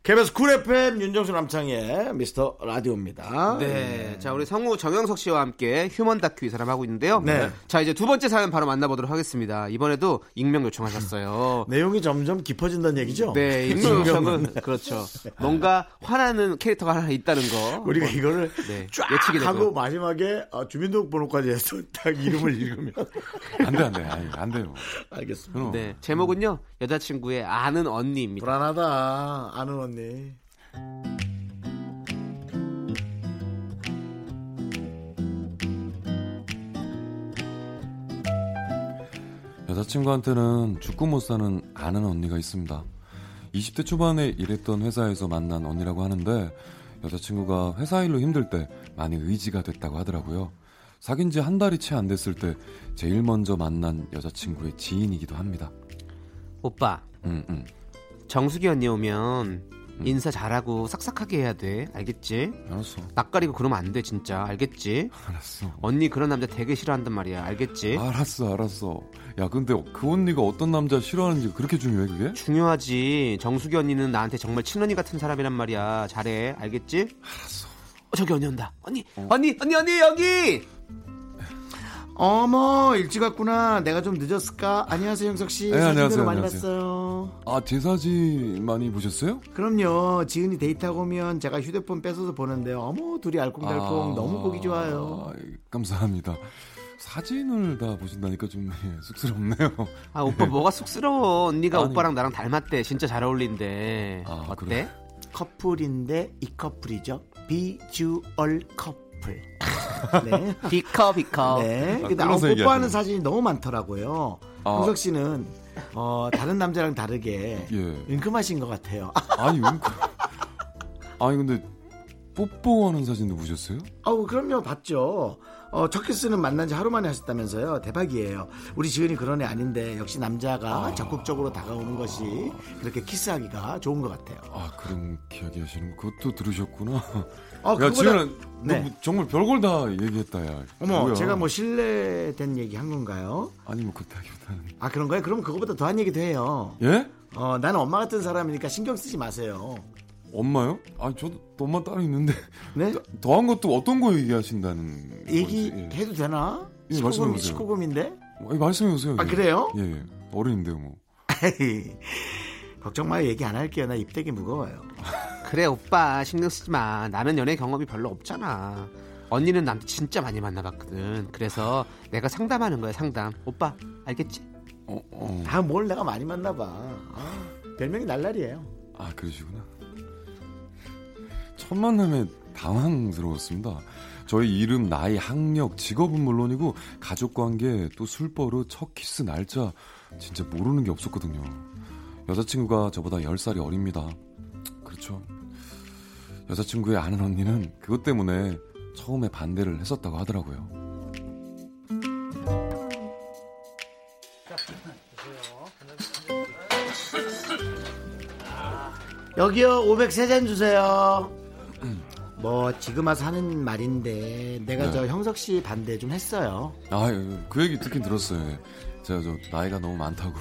Speaker 1: KBS 쿨 FM 윤정수 남창희의 미스터 라디오입니다.
Speaker 2: 네. 자, 우리 성우 정영석 씨와 함께 휴먼 다큐 이 사람 하고 있는데요.
Speaker 1: 네.
Speaker 2: 자, 이제 두 번째 사연 바로 만나보도록 하겠습니다. 이번에도 익명 요청하셨어요.
Speaker 1: 내용이 점점 깊어진다는 얘기죠?
Speaker 2: 네, 익명 요청은 그렇죠. 뭔가 화나는 캐릭터가 하나 있다는 거.
Speaker 1: 우리가 이거를
Speaker 2: 네,
Speaker 1: 쫙
Speaker 2: 예측이 되고요.
Speaker 1: 하고 마지막에 아, 주민등록번호까지 해서 딱 이름을 읽으면
Speaker 6: 아, 안돼 안돼 안 돼요.
Speaker 1: 알겠습니다.
Speaker 6: 그럼
Speaker 2: 네, 제목은요. 여자친구의 아는 언니입니다.
Speaker 1: 불안하다 아는 언니.
Speaker 6: 여자친구한테는 죽고 못 사는 아는 언니가 있습니다. 20대 초반에 일했던 회사에서 만난 언니라고 하는데 여자친구가 회사 일로 힘들 때 많이 의지가 됐다고 하더라고요. 사귄 지 한 달이 채 안 됐을 때 제일 먼저 만난 여자친구의 지인이기도 합니다.
Speaker 2: 오빠,
Speaker 6: 음, 음.
Speaker 2: 정수기 언니 오면 인사 잘하고 싹싹하게 해야 돼. 알겠지?
Speaker 6: 알았어.
Speaker 2: 낯가리고 그러면 안 돼, 진짜. 알겠지?
Speaker 6: 알았어.
Speaker 2: 언니 그런 남자 되게 싫어한단 말이야. 알겠지?
Speaker 6: 아. 알았어, 알았어. 야, 근데 그 언니가 어떤 남자 싫어하는지 그렇게 중요해, 그게?
Speaker 2: 중요하지. 정수기 언니는 나한테 정말 친언니 같은 사람이란 말이야. 잘해. 알겠지? 알았어. 어, 저기 언니 온다. 언니,
Speaker 6: 어.
Speaker 2: 언니, 언니, 언니, 여기!
Speaker 1: 어머 일찍 왔구나. 내가 좀 늦었을까? 안녕하세요 형석 씨.
Speaker 6: 네,
Speaker 1: 사진으로
Speaker 6: 안녕하세요,
Speaker 1: 많이
Speaker 6: 안녕하세요.
Speaker 1: 봤어요.
Speaker 6: 아, 제 사진 많이 보셨어요?
Speaker 1: 그럼요. 지은이 데이트하고 오면 제가 휴대폰 뺏어서 보는데 어머 둘이 알콩달콩
Speaker 6: 아,
Speaker 1: 너무 보기 좋아요.
Speaker 6: 아이, 감사합니다. 사진을 다 보신다니까 좀 예, 쑥스럽네요.
Speaker 2: 아, 오빠 뭐가 쑥스러워. 언니가
Speaker 6: 음. 아니.
Speaker 2: 오빠랑 나랑 닮았대. 진짜 잘 어울린대.
Speaker 6: 아,
Speaker 2: 어때?
Speaker 6: 그래?
Speaker 1: 커플인데 이 커플이죠. 비주얼 커플. 네.
Speaker 2: 비커, 비커.
Speaker 1: 네. 근데
Speaker 6: 끌어서
Speaker 1: 아, 오빠하는
Speaker 6: 얘기하세요.
Speaker 1: 사진이 너무 많더라고요.
Speaker 6: 아.
Speaker 1: 형석 씨는 어, 다른 남자랑 다르게
Speaker 6: 예.
Speaker 1: 은큼하신 것 같아요.
Speaker 6: 아니, 웅크. 아니, 근데 뽀뽀하는 사진도 보셨어요?
Speaker 1: 아우 그럼요 봤죠. 어, 첫 키스는 만난 지 하루 만에 하셨다면서요. 대박이에요. 우리 지은이 그런 애 아닌데 역시 남자가 적극적으로 다가오는 것이 그렇게 키스하기가 좋은 것 같아요.
Speaker 6: 아, 그런 기억이 하시는 거 그것도 들으셨구나.
Speaker 1: 아,
Speaker 6: 야,
Speaker 1: 그거보다-
Speaker 6: 지현아,
Speaker 1: 네.
Speaker 6: 너 정말 별걸 다 얘기했다, 야.
Speaker 1: 어머
Speaker 6: 뭐야.
Speaker 1: 제가 뭐 신뢰된 얘기 한 건가요?
Speaker 6: 아니, 뭐 그렇다기보다는.
Speaker 1: 아 그런가요? 그럼 그거보다 더한 얘기도 해요.
Speaker 6: 예?
Speaker 1: 어 나는 엄마 같은 사람이니까 신경 쓰지 마세요.
Speaker 6: 엄마요? 아, 저도 또 엄마 따로 있는데
Speaker 1: 네?
Speaker 6: 더한 것도 어떤 거 얘기하신다는 거지? 뭐, 예.
Speaker 1: 얘기해도 되나?
Speaker 6: 예,
Speaker 1: 19금,
Speaker 6: 말씀해보세요.
Speaker 1: 19금인데?
Speaker 6: 아, 말씀해 보세요.
Speaker 1: 아,
Speaker 6: 예.
Speaker 1: 그래요?
Speaker 6: 예, 예. 어른인데요, 뭐.
Speaker 1: 걱정 마요. 얘기 안 할게요. 나 입대기 무거워요.
Speaker 2: 그래 오빠 신경 쓰지 마. 나는 연애 경험이 별로 없잖아. 언니는 남자 진짜 많이 만나봤거든. 그래서 내가 상담하는 거야 상담. 오빠 알겠지?
Speaker 6: 어, 어.
Speaker 1: 아, 뭘 내가 많이 만나봐. 아, 별명이 날라리예요.
Speaker 6: 아, 그러시구나. 첫 만남에 당황스러웠습니다. 저희 이름, 나이, 학력, 직업은 물론이고 가족 관계, 또 술버릇, 첫 키스 날짜 진짜 모르는 게 없었거든요. 여자친구가 저보다 10살이 어립니다. 그렇죠. 여자친구의 아는 언니는 그것 때문에 처음에 반대를 했었다고 하더라고요.
Speaker 1: 여기요 503잔 주세요 뭐 지금 와서 하는 말인데 내가
Speaker 6: 네.
Speaker 1: 저 형석씨 반대 좀 했어요
Speaker 6: 아, 그 얘기 듣긴 들었어요. 예. 제가 저 나이가 너무 많다고.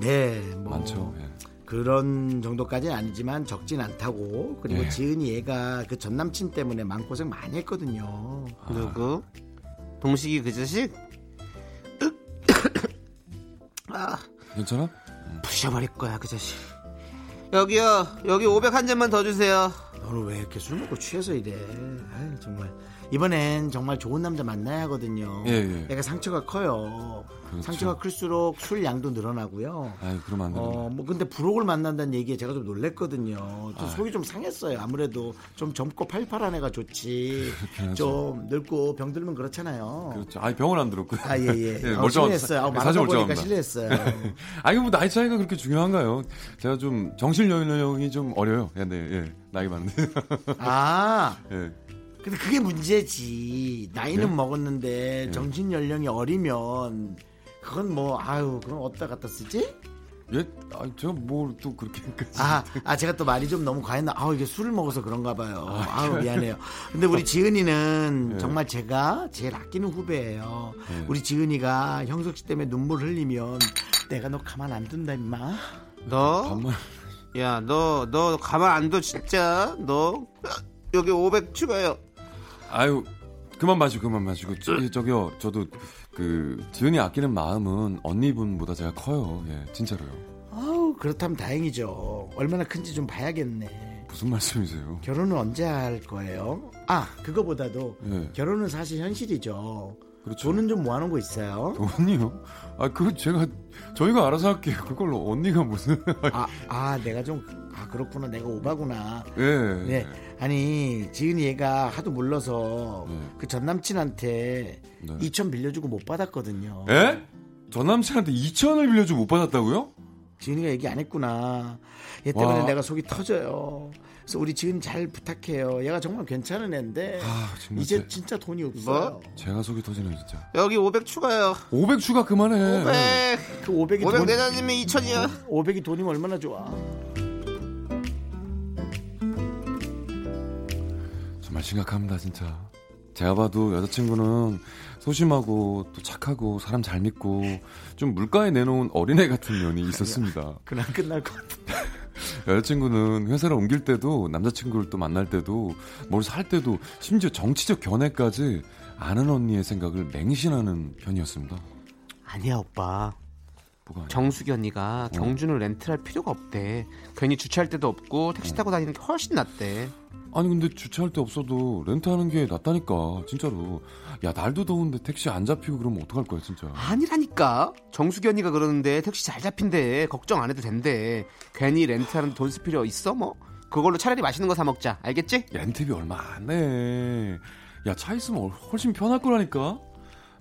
Speaker 1: 네뭐
Speaker 6: 많죠. 예.
Speaker 1: 그런 정도까지는 아니지만 적진 않다고 그리고
Speaker 6: 예.
Speaker 1: 지은이 얘가 그 전남친 때문에 마음고생 많이 했거든요
Speaker 2: 아, 누구? 동식이 그 자식?
Speaker 6: 괜찮아?
Speaker 2: 부셔버릴 거야 그 자식. 여기요 여기 500 한 잔만 더 주세요.
Speaker 1: 너는 왜 이렇게 술 먹고 취해서 이래 아유, 정말 이번엔 정말 좋은 남자 만나야 하거든요
Speaker 6: 예, 예.
Speaker 1: 내가 상처가 커요
Speaker 6: 그렇죠.
Speaker 1: 상처가 클수록 술 양도 늘어나고요
Speaker 6: 아이, 그러면 안 되는데.
Speaker 1: 어, 뭐 근데 브록을 만난다는 얘기에 제가 좀 놀랬거든요.
Speaker 6: 아.
Speaker 1: 좀 속이 좀 상했어요. 아무래도 좀 젊고 팔팔한 애가 좋지.
Speaker 6: 하죠.
Speaker 1: 좀 늙고 병들면 그렇잖아요.
Speaker 6: 그렇죠. 아니 병을 안 들었고요.
Speaker 1: 어.
Speaker 6: 네,
Speaker 1: 아, 예, 예. 아, 실례했어요. 아, 말하다 보니까 실례했어요.
Speaker 6: 아니 뭐 나이 차이가 그렇게 중요한가요? 제가 좀 정신 연령이 좀 어려요. 예, 네, 예. 나이 많은데.
Speaker 1: 아,
Speaker 6: 예.
Speaker 1: 근데 그게 문제지. 나이는
Speaker 6: 네?
Speaker 1: 먹었는데 정신 연령이 어리면 그건 뭐 아유, 그건 어디다 갖다 쓰지?
Speaker 6: 예, 아, 제가 뭘 또 그렇게까지.
Speaker 1: 아, 아 제가 또 말이 좀 너무 과했나. 아, 이게 술을 먹어서 그런가 봐요. 어. 네. 아, 우 미안해요. 근데 우리 지은이는 정말 제가 제일 아끼는 후배예요. 우리 지은이가 형석 씨 때문에 눈물 흘리면 내가 너 가만 안 둔다 임마.
Speaker 2: 너?
Speaker 6: 반말.
Speaker 2: 야 너 너 가만 안 둬 진짜 너 여기 500 추가요.
Speaker 6: 아유, 그만 마시고 그만 마시고. 저기 저기요. 저도 그 지은이 아끼는 마음은 언니분보다 제가 커요. 예, 진짜로요.
Speaker 1: 아우, 그렇다면 다행이죠. 얼마나 큰지 좀 봐야겠네.
Speaker 6: 무슨 말씀이세요?
Speaker 1: 결혼은 언제 할 거예요? 아, 그거보다도
Speaker 6: 예.
Speaker 1: 결혼은 사실 현실이죠.
Speaker 6: 그렇죠.
Speaker 1: 돈은 좀 모아놓은 거 있어요?
Speaker 6: 언니요? 아, 그거 제가 저희가 알아서 할게요. 그걸로 언니가 무슨?
Speaker 1: 아, 아, 내가 좀, 아, 그렇구나. 내가 오바구나.
Speaker 6: 예.
Speaker 1: 네. 아니 지은이 얘가 하도 물러서 그 전남친한테
Speaker 6: 네.
Speaker 1: 2천 빌려주고 못 받았거든요.
Speaker 6: 에? 전 예? 남친한테 2천을 빌려주고 못 받았다고요?
Speaker 1: 지은이가 얘기 안 했구나. 얘 때문에
Speaker 6: 와.
Speaker 1: 내가 속이 터져요. 그래서 우리 지은 잘 부탁해요. 얘가 정말 괜찮은 애인데
Speaker 6: 아, 정말
Speaker 1: 이제
Speaker 6: 제-
Speaker 1: 진짜 돈이 없어요.
Speaker 6: 제가 속이 터지네 진짜.
Speaker 2: 여기 500 추가요.
Speaker 6: 500 추가 그만해.
Speaker 2: 500
Speaker 1: 그 500이
Speaker 2: 500
Speaker 1: 돈,
Speaker 2: 내다니면 2천이야.
Speaker 1: 500이 돈이면 얼마나 좋아.
Speaker 6: 정말 심각합니다 진짜. 제가 봐도 여자친구는 소심하고 또 착하고 사람 잘 믿고 좀 물가에 내놓은 어린애 같은 면이 있었습니다.
Speaker 1: 그날 끝날 것 같아.
Speaker 6: 여자친구는 회사를 옮길 때도 남자친구를 또 만날 때도 뭘 살 때도 심지어 정치적 견해까지 아는 언니의 생각을 맹신하는 편이었습니다.
Speaker 2: 아니야 오빠.
Speaker 6: 뭐가 아니야?
Speaker 2: 정수기 언니가 경준을 렌트할 필요가 없대. 괜히 주차할 데도 없고 택시 타고 다니는 게 훨씬 낫대.
Speaker 6: 아니 근데 주차할 데 없어도 렌트하는 게 낫다니까 진짜로 야 날도 더운데 택시 안 잡히고 그러면 어떡할 거야 진짜
Speaker 2: 아니라니까. 정수기 언니가 그러는데 택시 잘 잡힌대. 걱정 안 해도 된대. 괜히 렌트하는 돈 쓸 필요 있어 뭐? 그걸로 차라리 맛있는 거 사 먹자. 알겠지?
Speaker 6: 렌트비 얼마 안해야 차 있으면 얼- 훨씬 편할 거라니까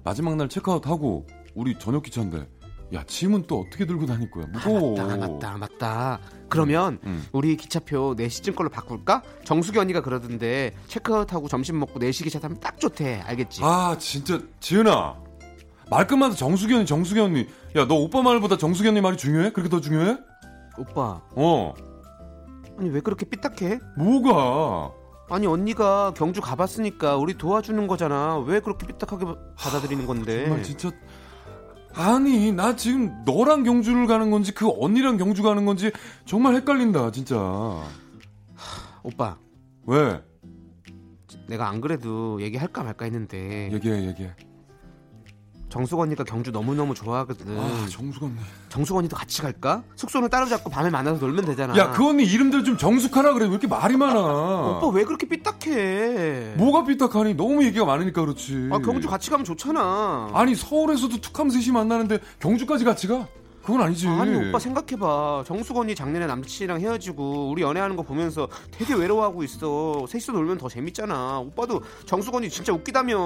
Speaker 6: 마지막 날 체크아웃하고 우리 저녁 기차인데 야 짐은 또 어떻게 들고 다닐 거야 무거워
Speaker 2: 아, 맞다 맞다 맞다. 그러면
Speaker 6: 음.
Speaker 2: 우리 기차표 4시쯤 걸로 바꿀까? 정수기 언니가 그러던데 체크아웃하고 점심 먹고 4시 기차 타면 딱 좋대. 알겠지?
Speaker 6: 아 진짜 지은아 말끝마다 정수기 언니 정수기 언니 야 너 오빠 말보다 정수기 언니 말이 중요해? 그렇게 더 중요해?
Speaker 2: 오빠
Speaker 6: 어
Speaker 2: 아니 왜 그렇게 삐딱해?
Speaker 6: 뭐가
Speaker 2: 아니 언니가 경주 가봤으니까 우리 도와주는 거잖아. 왜 그렇게 삐딱하게 받아들이는 건데?
Speaker 6: 정말 진짜 아니 나 지금 너랑 경주를 가는 건지 그 언니랑 경주 가는 건지 정말 헷갈린다 진짜
Speaker 2: 오빠
Speaker 6: 왜?
Speaker 2: 내가 안 그래도 얘기할까 말까 했는데
Speaker 6: 얘기해 얘기해.
Speaker 2: 정숙 언니가 경주 너무너무 좋아하거든
Speaker 6: 아 정숙 언니.
Speaker 2: 정숙 언니도 같이 갈까? 숙소는 따로 잡고 밤에 만나서 놀면 되잖아 어.
Speaker 6: 야 그 언니 이름대로 좀 정숙하라 그래. 왜 이렇게 말이 많아?
Speaker 2: 오빠 왜 그렇게 삐딱해
Speaker 6: 뭐가 삐딱하니? 너무 얘기가 많으니까 그렇지.
Speaker 2: 아 경주 같이 가면 좋잖아
Speaker 6: 뭐? 아니 서울에서도 툭하면 셋이 만나는데 경주까지 같이 가? 그건 아니지.
Speaker 2: 아니 오빠 생각해봐 정숙 언니 작년에 남친이랑 헤어지고 우리 연애하는 거 보면서 되게 외로워하고 있어 셋이서 놀면 더 재밌잖아 오빠도 정숙 언니 진짜 웃기다며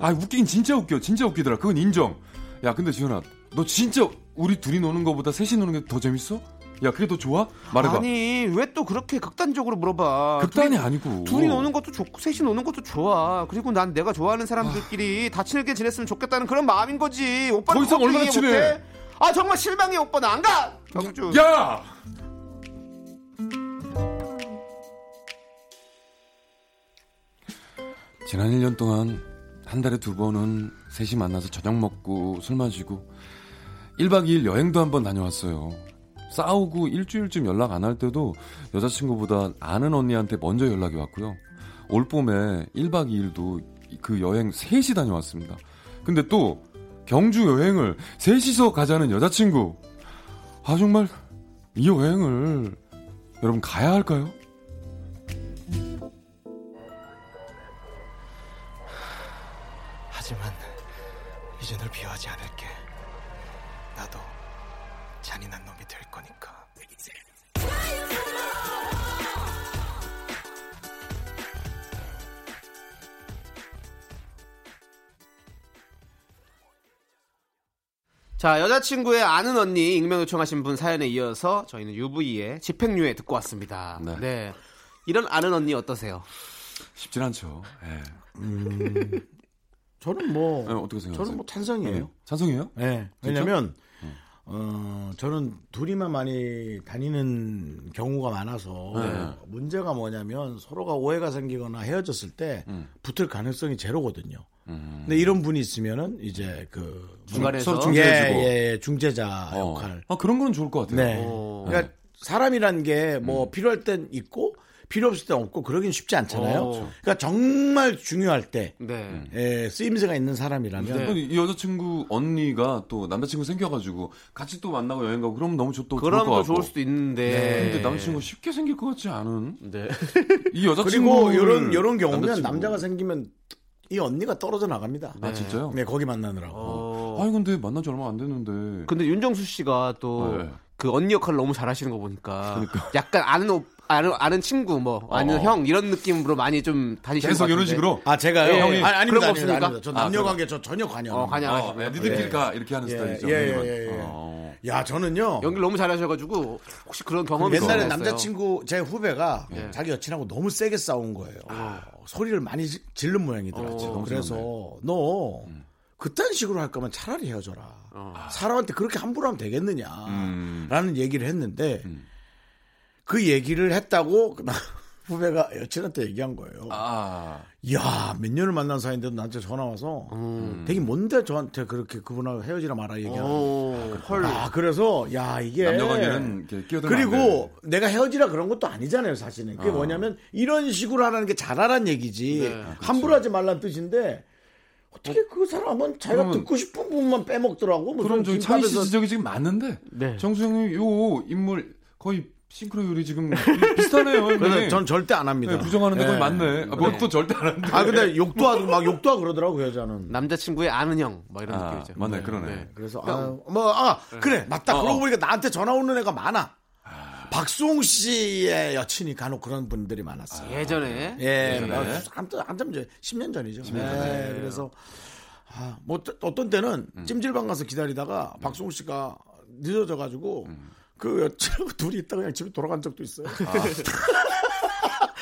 Speaker 6: 아 웃긴 진짜 웃겨 진짜 웃기더라 그건 인정 야 근데 지현아 너 진짜 우리 둘이 노는 거보다 셋이 노는 게 더 재밌어? 야 그게 더 좋아? 말해봐
Speaker 2: 니 왜 또 그렇게 극단적으로 물어봐
Speaker 6: 극단이
Speaker 2: 둘이,
Speaker 6: 아니고
Speaker 2: 둘이 노는 것도 좋고 셋이 노는 것도 좋아 그리고 난 내가 좋아하는 사람들끼리 다 친하게 지냈으면 좋겠다는 그런 마음인 거지 오빠
Speaker 6: 더 이상 얼마나 친해?
Speaker 2: 아 정말 실망해 오빠 나 안가 경주
Speaker 6: 야! 지난 1년 동안 한 달에 두 번은 셋이 만나서 저녁 먹고 술 마시고 1박 2일 여행도 한 번 다녀왔어요. 싸우고 일주일쯤 연락 안 할 때도 여자친구보다 아는 언니한테 먼저 연락이 왔고요. 올 봄에 1박 2일도 그 여행 셋이 다녀왔습니다. 근데 또 경주 여행을 셋이서 가자는 여자친구. 아 정말 이 여행을 여러분 가야 할까요?
Speaker 7: 하지만 이제 널 비호하지 않을게. 나도 잔인한 놈이 될 거니까.
Speaker 2: 자, 여자친구의 아는 언니 익명 요청하신 분 사연에 이어서 저희는 UV의 집행유예 듣고 왔습니다.
Speaker 6: 네.
Speaker 2: 네. 이런 아는 언니 어떠세요?
Speaker 6: 쉽진 않죠. 예.
Speaker 1: 저는 뭐
Speaker 6: 예, 어떻게 생각하세요? 네.
Speaker 1: 저는 뭐 찬성이에요.
Speaker 6: 찬성이에요?
Speaker 1: 예. 왜냐면 어, 저는 둘이만 많이 다니는 경우가 많아서
Speaker 6: 네.
Speaker 1: 문제가 뭐냐면 서로가 오해가 생기거나 헤어졌을 때
Speaker 6: 음.
Speaker 1: 붙을 가능성이 제로거든요. 근데 이런 분이 있으면은 이제 그
Speaker 2: 중간에서
Speaker 6: 서로
Speaker 1: 예,
Speaker 6: 음. 중재해주고.
Speaker 1: 예, 예, 중재자
Speaker 6: 어.
Speaker 1: 역할.
Speaker 6: 아 그런 건 좋을 것 같아요.
Speaker 1: 네.
Speaker 2: 어.
Speaker 1: 그러니까 사람이란 게
Speaker 6: 음.
Speaker 1: 뭐 필요할 땐 있고 필요 없을 땐 없고 그러긴 쉽지 않잖아요.
Speaker 2: 어.
Speaker 1: 그러니까 정말 중요할 때
Speaker 2: 네.
Speaker 6: 음,
Speaker 1: 예, 쓰임새가 있는 사람이라면
Speaker 6: 아니, 네. 이 여자친구 언니가 또 남자친구 생겨가지고 같이 또 만나고 여행 가고 그러면 너무 좋또 좋을 것
Speaker 2: 그럼
Speaker 6: 같고. 네.
Speaker 2: 또 좋을 수도 있는데.
Speaker 6: 근데 남자친구 가 쉽게 생길 것 같지 않은
Speaker 2: 네.
Speaker 6: 이 여자친구
Speaker 1: 네. 그리고 이런 이런 경우면 남자가 생기면 이 언니가 떨어져 나갑니다.
Speaker 6: 아 진짜요?
Speaker 1: 네 거기 만나느라고.
Speaker 2: 어.
Speaker 6: 아니 근데 만난 지 얼마 안 됐는데
Speaker 2: 근데 윤정수 씨가 또
Speaker 6: 네. 그러니까.
Speaker 2: 그 언니 역할을 너무 잘하시는 거 보니까 약간 아는 오, 아는, 아는 친구 뭐 아는 형 이런 느낌으로 많이 좀 다니시는
Speaker 6: 어. 계속
Speaker 2: 것
Speaker 6: 이런
Speaker 2: 같은데.
Speaker 6: 식으로
Speaker 1: 아 제가요?
Speaker 2: 예, 예.
Speaker 1: 아니, 아닙니다,
Speaker 2: 그런 거
Speaker 1: 아닙니다,
Speaker 2: 없습니까?
Speaker 1: 아닙니다. 저
Speaker 6: 아,
Speaker 1: 남녀
Speaker 6: 그럼.
Speaker 1: 관계 저 전혀 관여 안
Speaker 2: 어,
Speaker 1: 합니다.
Speaker 2: 관여 안 하시고.
Speaker 6: 아, 니들끼리 가 이렇게 하는 스타일이죠.
Speaker 1: 네. 예, 예,
Speaker 6: 그러면.
Speaker 1: 예, 예.
Speaker 6: 어.
Speaker 1: 야 저는요.
Speaker 2: 연기를 너무 잘하셔가지고 혹시 그런 경험이
Speaker 6: 그랬어요. 예.
Speaker 1: 옛날에
Speaker 2: 있었어요?
Speaker 1: 남자친구 제 후배가 자기 여친하고 너무 세게 싸운 거예요. 소리를 많이 지- 지른 모양이더라고요.
Speaker 6: 아. 어, 너무 음.
Speaker 1: 그래서 너 그딴 식으로 할 거면 차라리 헤어져라. 사람한테 그렇게 함부로 하면
Speaker 6: 아. 음.
Speaker 1: 되겠느냐라는 얘기를 했는데 그 얘기를 했다고 그 나- 후배가 여친한테 얘기한 거예요.
Speaker 6: 아
Speaker 1: 이야 몇 년을 만난 사이인데도 나한테 전화 와서
Speaker 6: 음.
Speaker 1: 되게 뭔데 저한테 그렇게 그분하고 헤어지라 말아 얘기하는
Speaker 2: 오, 헐.
Speaker 1: 아 그래서 야 이게
Speaker 6: 남녀 관계는 이렇게 끼어들면
Speaker 1: 그리고 내가 헤어지라 그런 것도 아니잖아요, 사실은. 그게 뭐냐면 이런 식으로 하라는 게 잘하란 얘기지.
Speaker 6: 네, 그렇죠.
Speaker 1: 함부로 하지 말란 뜻인데 어떻게 그 사람은 자기가
Speaker 6: 그러면-
Speaker 1: 듣고 싶은 부분만 빼먹더라고. 무슨
Speaker 6: 그럼 저기 차이 씨
Speaker 1: 김밥에서-
Speaker 6: 지적이 지금 맞는데
Speaker 2: 네.
Speaker 6: 정수영님 요 인물 거의 싱크로율이 지금 비슷하네요. 형님.
Speaker 1: 그래서 전 절대 안 합니다.
Speaker 6: 네, 부정하는데 네.
Speaker 1: 예.
Speaker 6: 거의 맞네. 아, 그것도 절대 안 하는데.
Speaker 1: 아 근데 욕도 하고 막 욕도 하고 그러더라고 그 여자는.
Speaker 2: 남자친구의 아는 형, 뭐 이런
Speaker 6: 아,
Speaker 2: 느낌이죠.
Speaker 6: 맞네 네. 그러네.
Speaker 1: 그래서 아뭐아 그래 맞다.
Speaker 6: 그러니까 어,
Speaker 1: 그러고
Speaker 6: 어.
Speaker 1: 보니까 나한테 전화 오는 애가 많아. 박수홍 씨의 여친이 간혹 그런 분들이 많았어요.
Speaker 6: 네.
Speaker 2: 예전에
Speaker 1: 예, 한참 한참 전 10년 전이죠. 예, 그래서 아, 뭐 또- 어떤 때는 찜질방 가서 기다리다가 박수홍 씨가 늦어져 가지고 그 여친하고 둘이 있다 가 그냥 집에 돌아간 적도 있어요.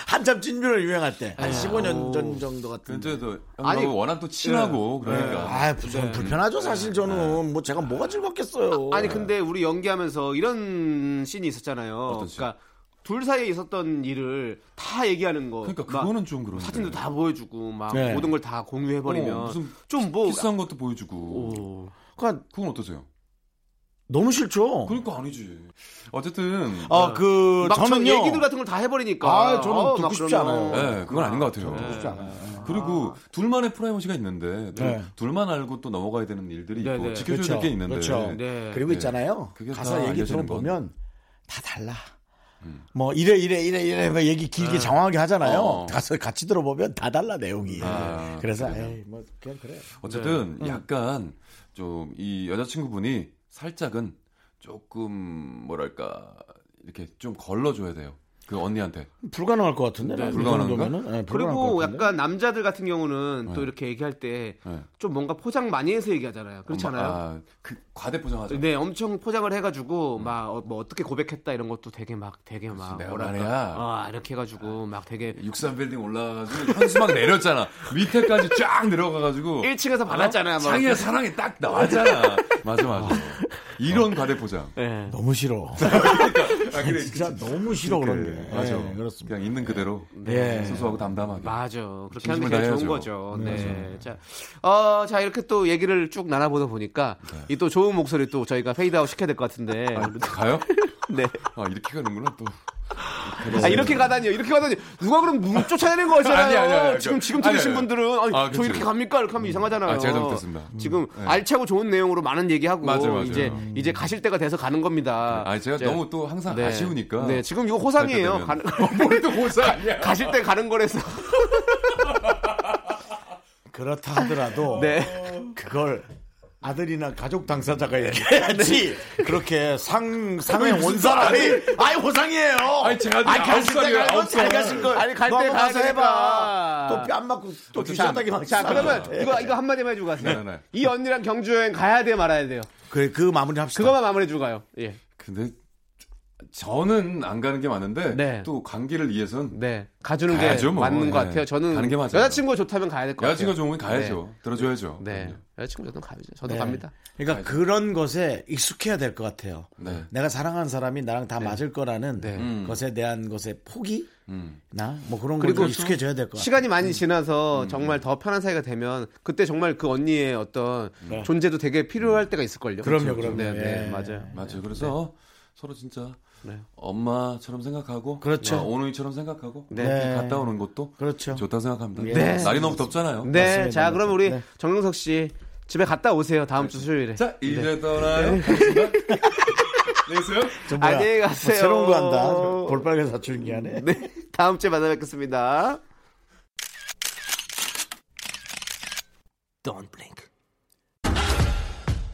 Speaker 1: 한참 찜질을 유행할 때 한 15년 전 정도 같은.
Speaker 6: 근데 또
Speaker 2: 아니,
Speaker 6: 아니 워낙 또 친하고 그러니까.
Speaker 1: 아, 불편, 불편하죠 사실 저는 뭐 제가 뭐가 즐겁겠어요.
Speaker 2: 아니 근데 우리 연기하면서 이런 씬이 있었잖아요.
Speaker 6: 네. 어떤 씬?
Speaker 2: 그러니까 둘 사이에 있었던 일을 다 얘기하는 거.
Speaker 6: 그러니까
Speaker 2: 막
Speaker 6: 그거는 좀 그런데.
Speaker 2: 사진도 다 보여주고 막
Speaker 1: 네.
Speaker 2: 모든 걸 다 공유해 버리면
Speaker 6: 어, 무슨
Speaker 2: 좀뭐
Speaker 6: 비싼 것도 보여주고.
Speaker 2: 오.
Speaker 1: 그러니까
Speaker 6: 그건 어떠세요?
Speaker 1: 너무 싫죠.
Speaker 6: 그러니까 아니지. 어쨌든
Speaker 1: 아, 그
Speaker 2: 막 저는
Speaker 1: 저는요.
Speaker 2: 얘기들 같은 걸 다 해버리니까.
Speaker 1: 아, 저는
Speaker 2: 어,
Speaker 1: 듣고
Speaker 2: 막
Speaker 1: 싶지
Speaker 2: 그러면.
Speaker 1: 않아요.
Speaker 6: 네, 그건 아닌 것 같아요.
Speaker 1: 듣고 싶지 않아요.
Speaker 6: 그리고 둘만의 프라이머시가 있는데 둘,
Speaker 1: 네.
Speaker 6: 둘만 알고 또 넘어가야 되는 일들이
Speaker 2: 네,
Speaker 6: 있고
Speaker 2: 네.
Speaker 6: 지켜줘야
Speaker 1: 그렇죠.
Speaker 6: 될 게 있는데
Speaker 1: 그렇죠.
Speaker 2: 네.
Speaker 1: 그리고 있잖아요.
Speaker 6: 그게 다
Speaker 1: 가사 얘기
Speaker 6: 알려지는 음.
Speaker 1: 들어보면 다 달라. 뭐 이래 이래 이래 이래 뭐 얘기 길게 정확하게 하잖아요.
Speaker 6: 어.
Speaker 1: 가서 같이 들어보면 다 달라 내용이.
Speaker 2: 네.
Speaker 6: 아,
Speaker 1: 그래서 에이, 뭐 그냥 그래.
Speaker 6: 어쨌든
Speaker 1: 음.
Speaker 6: 약간 좀 이 여자친구분이 살짝은 조금 뭐랄까 이렇게 좀 걸러줘야 돼요. 그 언니한테.
Speaker 1: 불가능할 것 같은데. 나
Speaker 6: 네, 불가능한가?
Speaker 1: 이 정도면은? 예, 불가능할 것
Speaker 2: 그리고
Speaker 1: 같은데.
Speaker 2: 약간 남자들 같은 경우는 또 이렇게 얘기할 때 좀
Speaker 6: 네.
Speaker 2: 뭔가 포장 많이 해서 얘기하잖아요. 그렇지
Speaker 6: 엄마,
Speaker 2: 않아요?
Speaker 6: 아, 그 과대 포장하죠.
Speaker 2: 네, 엄청 포장을 해가지고 막 어, 뭐 어떻게 고백했다 이런 것도 되게 막 되게 막
Speaker 6: 내가
Speaker 2: 뭐랄까,
Speaker 6: 말이야.
Speaker 2: 아 이렇게 해가지고 막 되게
Speaker 6: 육산 빌딩 올라가가지고 현수막 내렸잖아. 밑에까지 쫙 내려가가지고
Speaker 2: 1층에서 받았잖아요. 뭐 막.
Speaker 6: 창의의 사랑이 딱 나왔잖아. 맞아 맞아. 이런 과대 포장.
Speaker 2: 네.
Speaker 1: 너무 싫어.
Speaker 6: 아, 그래. 그러니까, 네,
Speaker 1: 진짜 너무 싫어 그런 게.
Speaker 6: 맞아.
Speaker 1: 예, 그렇습니다.
Speaker 6: 그냥 있는 그대로
Speaker 2: 네.
Speaker 1: 예.
Speaker 6: 소소하고 담담하게.
Speaker 2: 맞아. 그렇게
Speaker 6: 진심을
Speaker 2: 하는 게 제일
Speaker 6: 다해야죠.
Speaker 2: 좋은 거죠. 네. 자, 어, 자, 이렇게 또 얘기를 쭉 나눠보다 보니까, 이 또 좋은 목소리 또 저희가 페이드아웃 시켜야 될 것 같은데.
Speaker 6: 아, 가요?
Speaker 2: 네.
Speaker 6: 아 이렇게 가는구나 또.
Speaker 2: 아, 이렇게 가다니요. 이렇게 가다니. 누가 그럼 문 쫓아내는 거잖아요.
Speaker 6: 네. 아니, 아니, 아니.
Speaker 2: 지금, 지금
Speaker 6: 아니, 아니.
Speaker 2: 들으신 분들은, 아니,
Speaker 6: 아,
Speaker 2: 저
Speaker 6: 그치.
Speaker 2: 이렇게 갑니까? 이렇게 하면 이상하잖아요.
Speaker 6: 아, 제가 잘못했습니다. 음.
Speaker 2: 지금
Speaker 6: 네.
Speaker 2: 알차고 좋은 내용으로 많은 얘기하고,
Speaker 6: 맞아요, 맞아요.
Speaker 2: 이제, 이제 가실 때가 돼서 가는 겁니다.
Speaker 6: 아 제가 너무 또 항상
Speaker 2: 네.
Speaker 6: 아쉬우니까.
Speaker 2: 네, 지금 이거 호상이에요.
Speaker 6: 갈
Speaker 2: 가는,
Speaker 6: 때 되면. 어, 뭘또 고사 아니야.
Speaker 2: 가실 때 가는 거라서.
Speaker 1: 그렇다 하더라도
Speaker 6: 어,
Speaker 2: 네.
Speaker 1: 그걸 아들이나 가족 당사자가 얘기해야지
Speaker 6: 네.
Speaker 1: 그렇게 상 상의 온 사람이 아이 호상이에요.
Speaker 6: 아니, 제 아들이 아홉
Speaker 1: 갈때
Speaker 6: 살이에요,
Speaker 1: 갈건
Speaker 6: 아홉
Speaker 1: 잘
Speaker 6: 살.
Speaker 1: 가신 걸.
Speaker 2: 아니, 갈때
Speaker 1: 너무
Speaker 2: 가야
Speaker 1: 가서
Speaker 2: 되니까.
Speaker 1: 해봐. 또 뼈 안 맞고 또 귀찮다기 막.
Speaker 2: 자, 그러면 이거, 이거 한마디만 해주고 가세요.
Speaker 6: 네, 네, 네.
Speaker 2: 이 언니랑 경주여행 가야 돼, 말아야 돼요.
Speaker 1: 그래 그 마무리 합시다.
Speaker 2: 그거만 마무리해주고 가요. 예.
Speaker 6: 근데 저는 안 가는 게 맞는데
Speaker 2: 네.
Speaker 6: 또 관계를 위해선
Speaker 2: 네. 가주는 게
Speaker 6: 가야죠, 뭐.
Speaker 2: 맞는 것
Speaker 6: 네.
Speaker 2: 같아요. 저는
Speaker 6: 가는 게 맞아요.
Speaker 2: 여자친구가 좋다면 가야 될 것 같아요.
Speaker 6: 여자친구가 좋으면 가야죠. 들어줘야죠.
Speaker 2: 네.
Speaker 6: 그럼요.
Speaker 2: 여자친구 저도 가죠. 저도
Speaker 1: 네.
Speaker 2: 갑니다.
Speaker 1: 그러니까 그런 것에 익숙해야 될 것 같아요.
Speaker 6: 네.
Speaker 1: 내가 사랑하는 사람이 나랑 다 맞을 거라는
Speaker 2: 네.
Speaker 6: 음.
Speaker 1: 것에 대한 것의 포기
Speaker 6: 음.
Speaker 1: 나 뭐 그런
Speaker 2: 그리고
Speaker 1: 걸좀 익숙해져야 될 것 같아요. 음.
Speaker 2: 시간이 많이 지나서 정말 더 편한 사이가 되면 그때 정말 그 언니의 어떤 존재도 되게 필요할 때가 있을걸요.
Speaker 1: 네. 그럼요, 그럼요.
Speaker 2: 네, 네,
Speaker 1: 예.
Speaker 2: 맞아요.
Speaker 6: 맞아요. 그래서 서로 진짜
Speaker 2: 네.
Speaker 6: 엄마처럼 생각하고
Speaker 1: 그렇죠.
Speaker 6: 어, 오누이처럼 생각하고
Speaker 2: 네.
Speaker 6: 이렇게 갔다 오는 것도
Speaker 1: 그렇죠.
Speaker 6: 좋다 고 생각합니다.
Speaker 2: 네.
Speaker 6: 날이 너무 덥잖아요.
Speaker 2: 네,
Speaker 1: 맞습니다.
Speaker 2: 자, 그럼 우리
Speaker 1: 네.
Speaker 2: 정영석 씨 집에 갔다 오세요. 다음 주 수요일에.
Speaker 6: 자 이제
Speaker 2: 네.
Speaker 6: 떠나요. 가겠습니다. 되겠어요?
Speaker 1: 저 뭐야,
Speaker 2: 안녕히
Speaker 1: 뭐
Speaker 2: 가세요.
Speaker 1: 새로운 거 한다. 볼빨간 사춘기 하네.
Speaker 2: 네, 다음 주에 만나뵙겠습니다.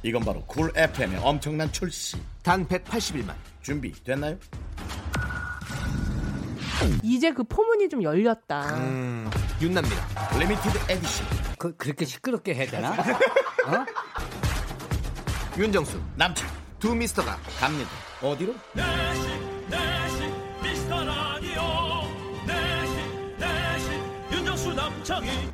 Speaker 1: 이건 바로 쿨 FM의 엄청난 출시.
Speaker 2: 단 181만.
Speaker 1: 준비 됐나요?
Speaker 9: 이제 그 포문이 좀 열렸다.
Speaker 7: 아.
Speaker 1: 리미티드 에디션.
Speaker 3: 그, 그렇게 시끄럽게 해야 되나? 어?
Speaker 2: 윤정수,
Speaker 1: 남창
Speaker 2: 두 미스터가
Speaker 1: 갑니다. 어디로?
Speaker 10: 내식 내식 미스터 라디오 내식 내식 윤정수 남창희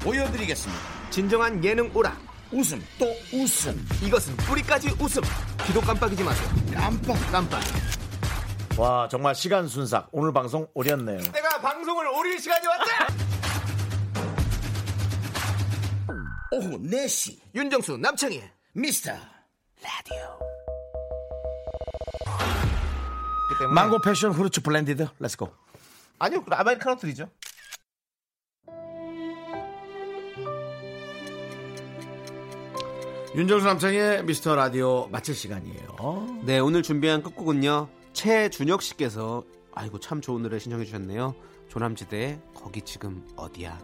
Speaker 1: 보여드리겠습니다.
Speaker 2: 진정한 예능 오라.
Speaker 1: 웃음 또 웃음.
Speaker 2: 이것은 뿌리까지 웃음. 기도 깜빡이지 마세요.
Speaker 1: 깜빡.
Speaker 2: 깜빡.
Speaker 1: 와 정말 시간 순삭. 오늘 방송 오렸네요.
Speaker 2: 내가 방송을 오릴 시간이 왔다.
Speaker 1: 오후 4시
Speaker 2: 윤정수, 남창희.
Speaker 1: 미스터 라디오. 망고 패션 후르츠 블렌디드 렛츠고
Speaker 2: 아니요, 아메리카노 드리죠.
Speaker 1: 윤정수 남창의 미스터 라디오 마칠 시간이에요
Speaker 2: 네, 오늘 준비한 끝곡은요. 최준혁 씨께서 아이고 참 좋은 노래 신청해 주셨네요. 조남지대 거기 지금 어디야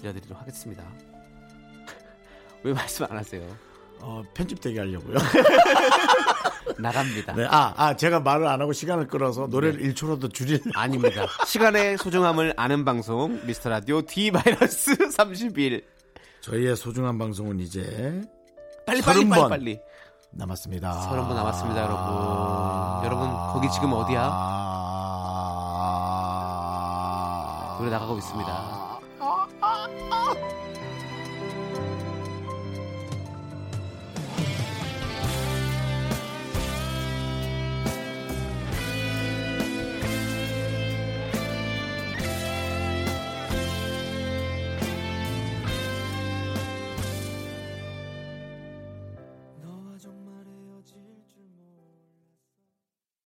Speaker 2: 들려드리도록 하겠습니다. 왜 말씀 안 하세요?
Speaker 1: 어, 편집되게 하려고요
Speaker 2: 나갑니다.
Speaker 1: 네, 아, 아 제가 말을 안 하고 시간을 끌어서 노래를 1초라도 줄일
Speaker 2: 아닙니다. 시간의 소중함을 아는 방송 미스터 라디오 D 마이너스 31.
Speaker 1: 저희의 소중한 방송은 이제
Speaker 2: 빨리 빨리
Speaker 1: 서른
Speaker 2: 빨리
Speaker 1: 번. 아.
Speaker 2: 빨리.
Speaker 1: 남았습니다.
Speaker 2: 서른 분 남았습니다, 여러분. 여러분, 거기 지금 어디야?
Speaker 1: 아...
Speaker 2: 노래 나가고 있습니다.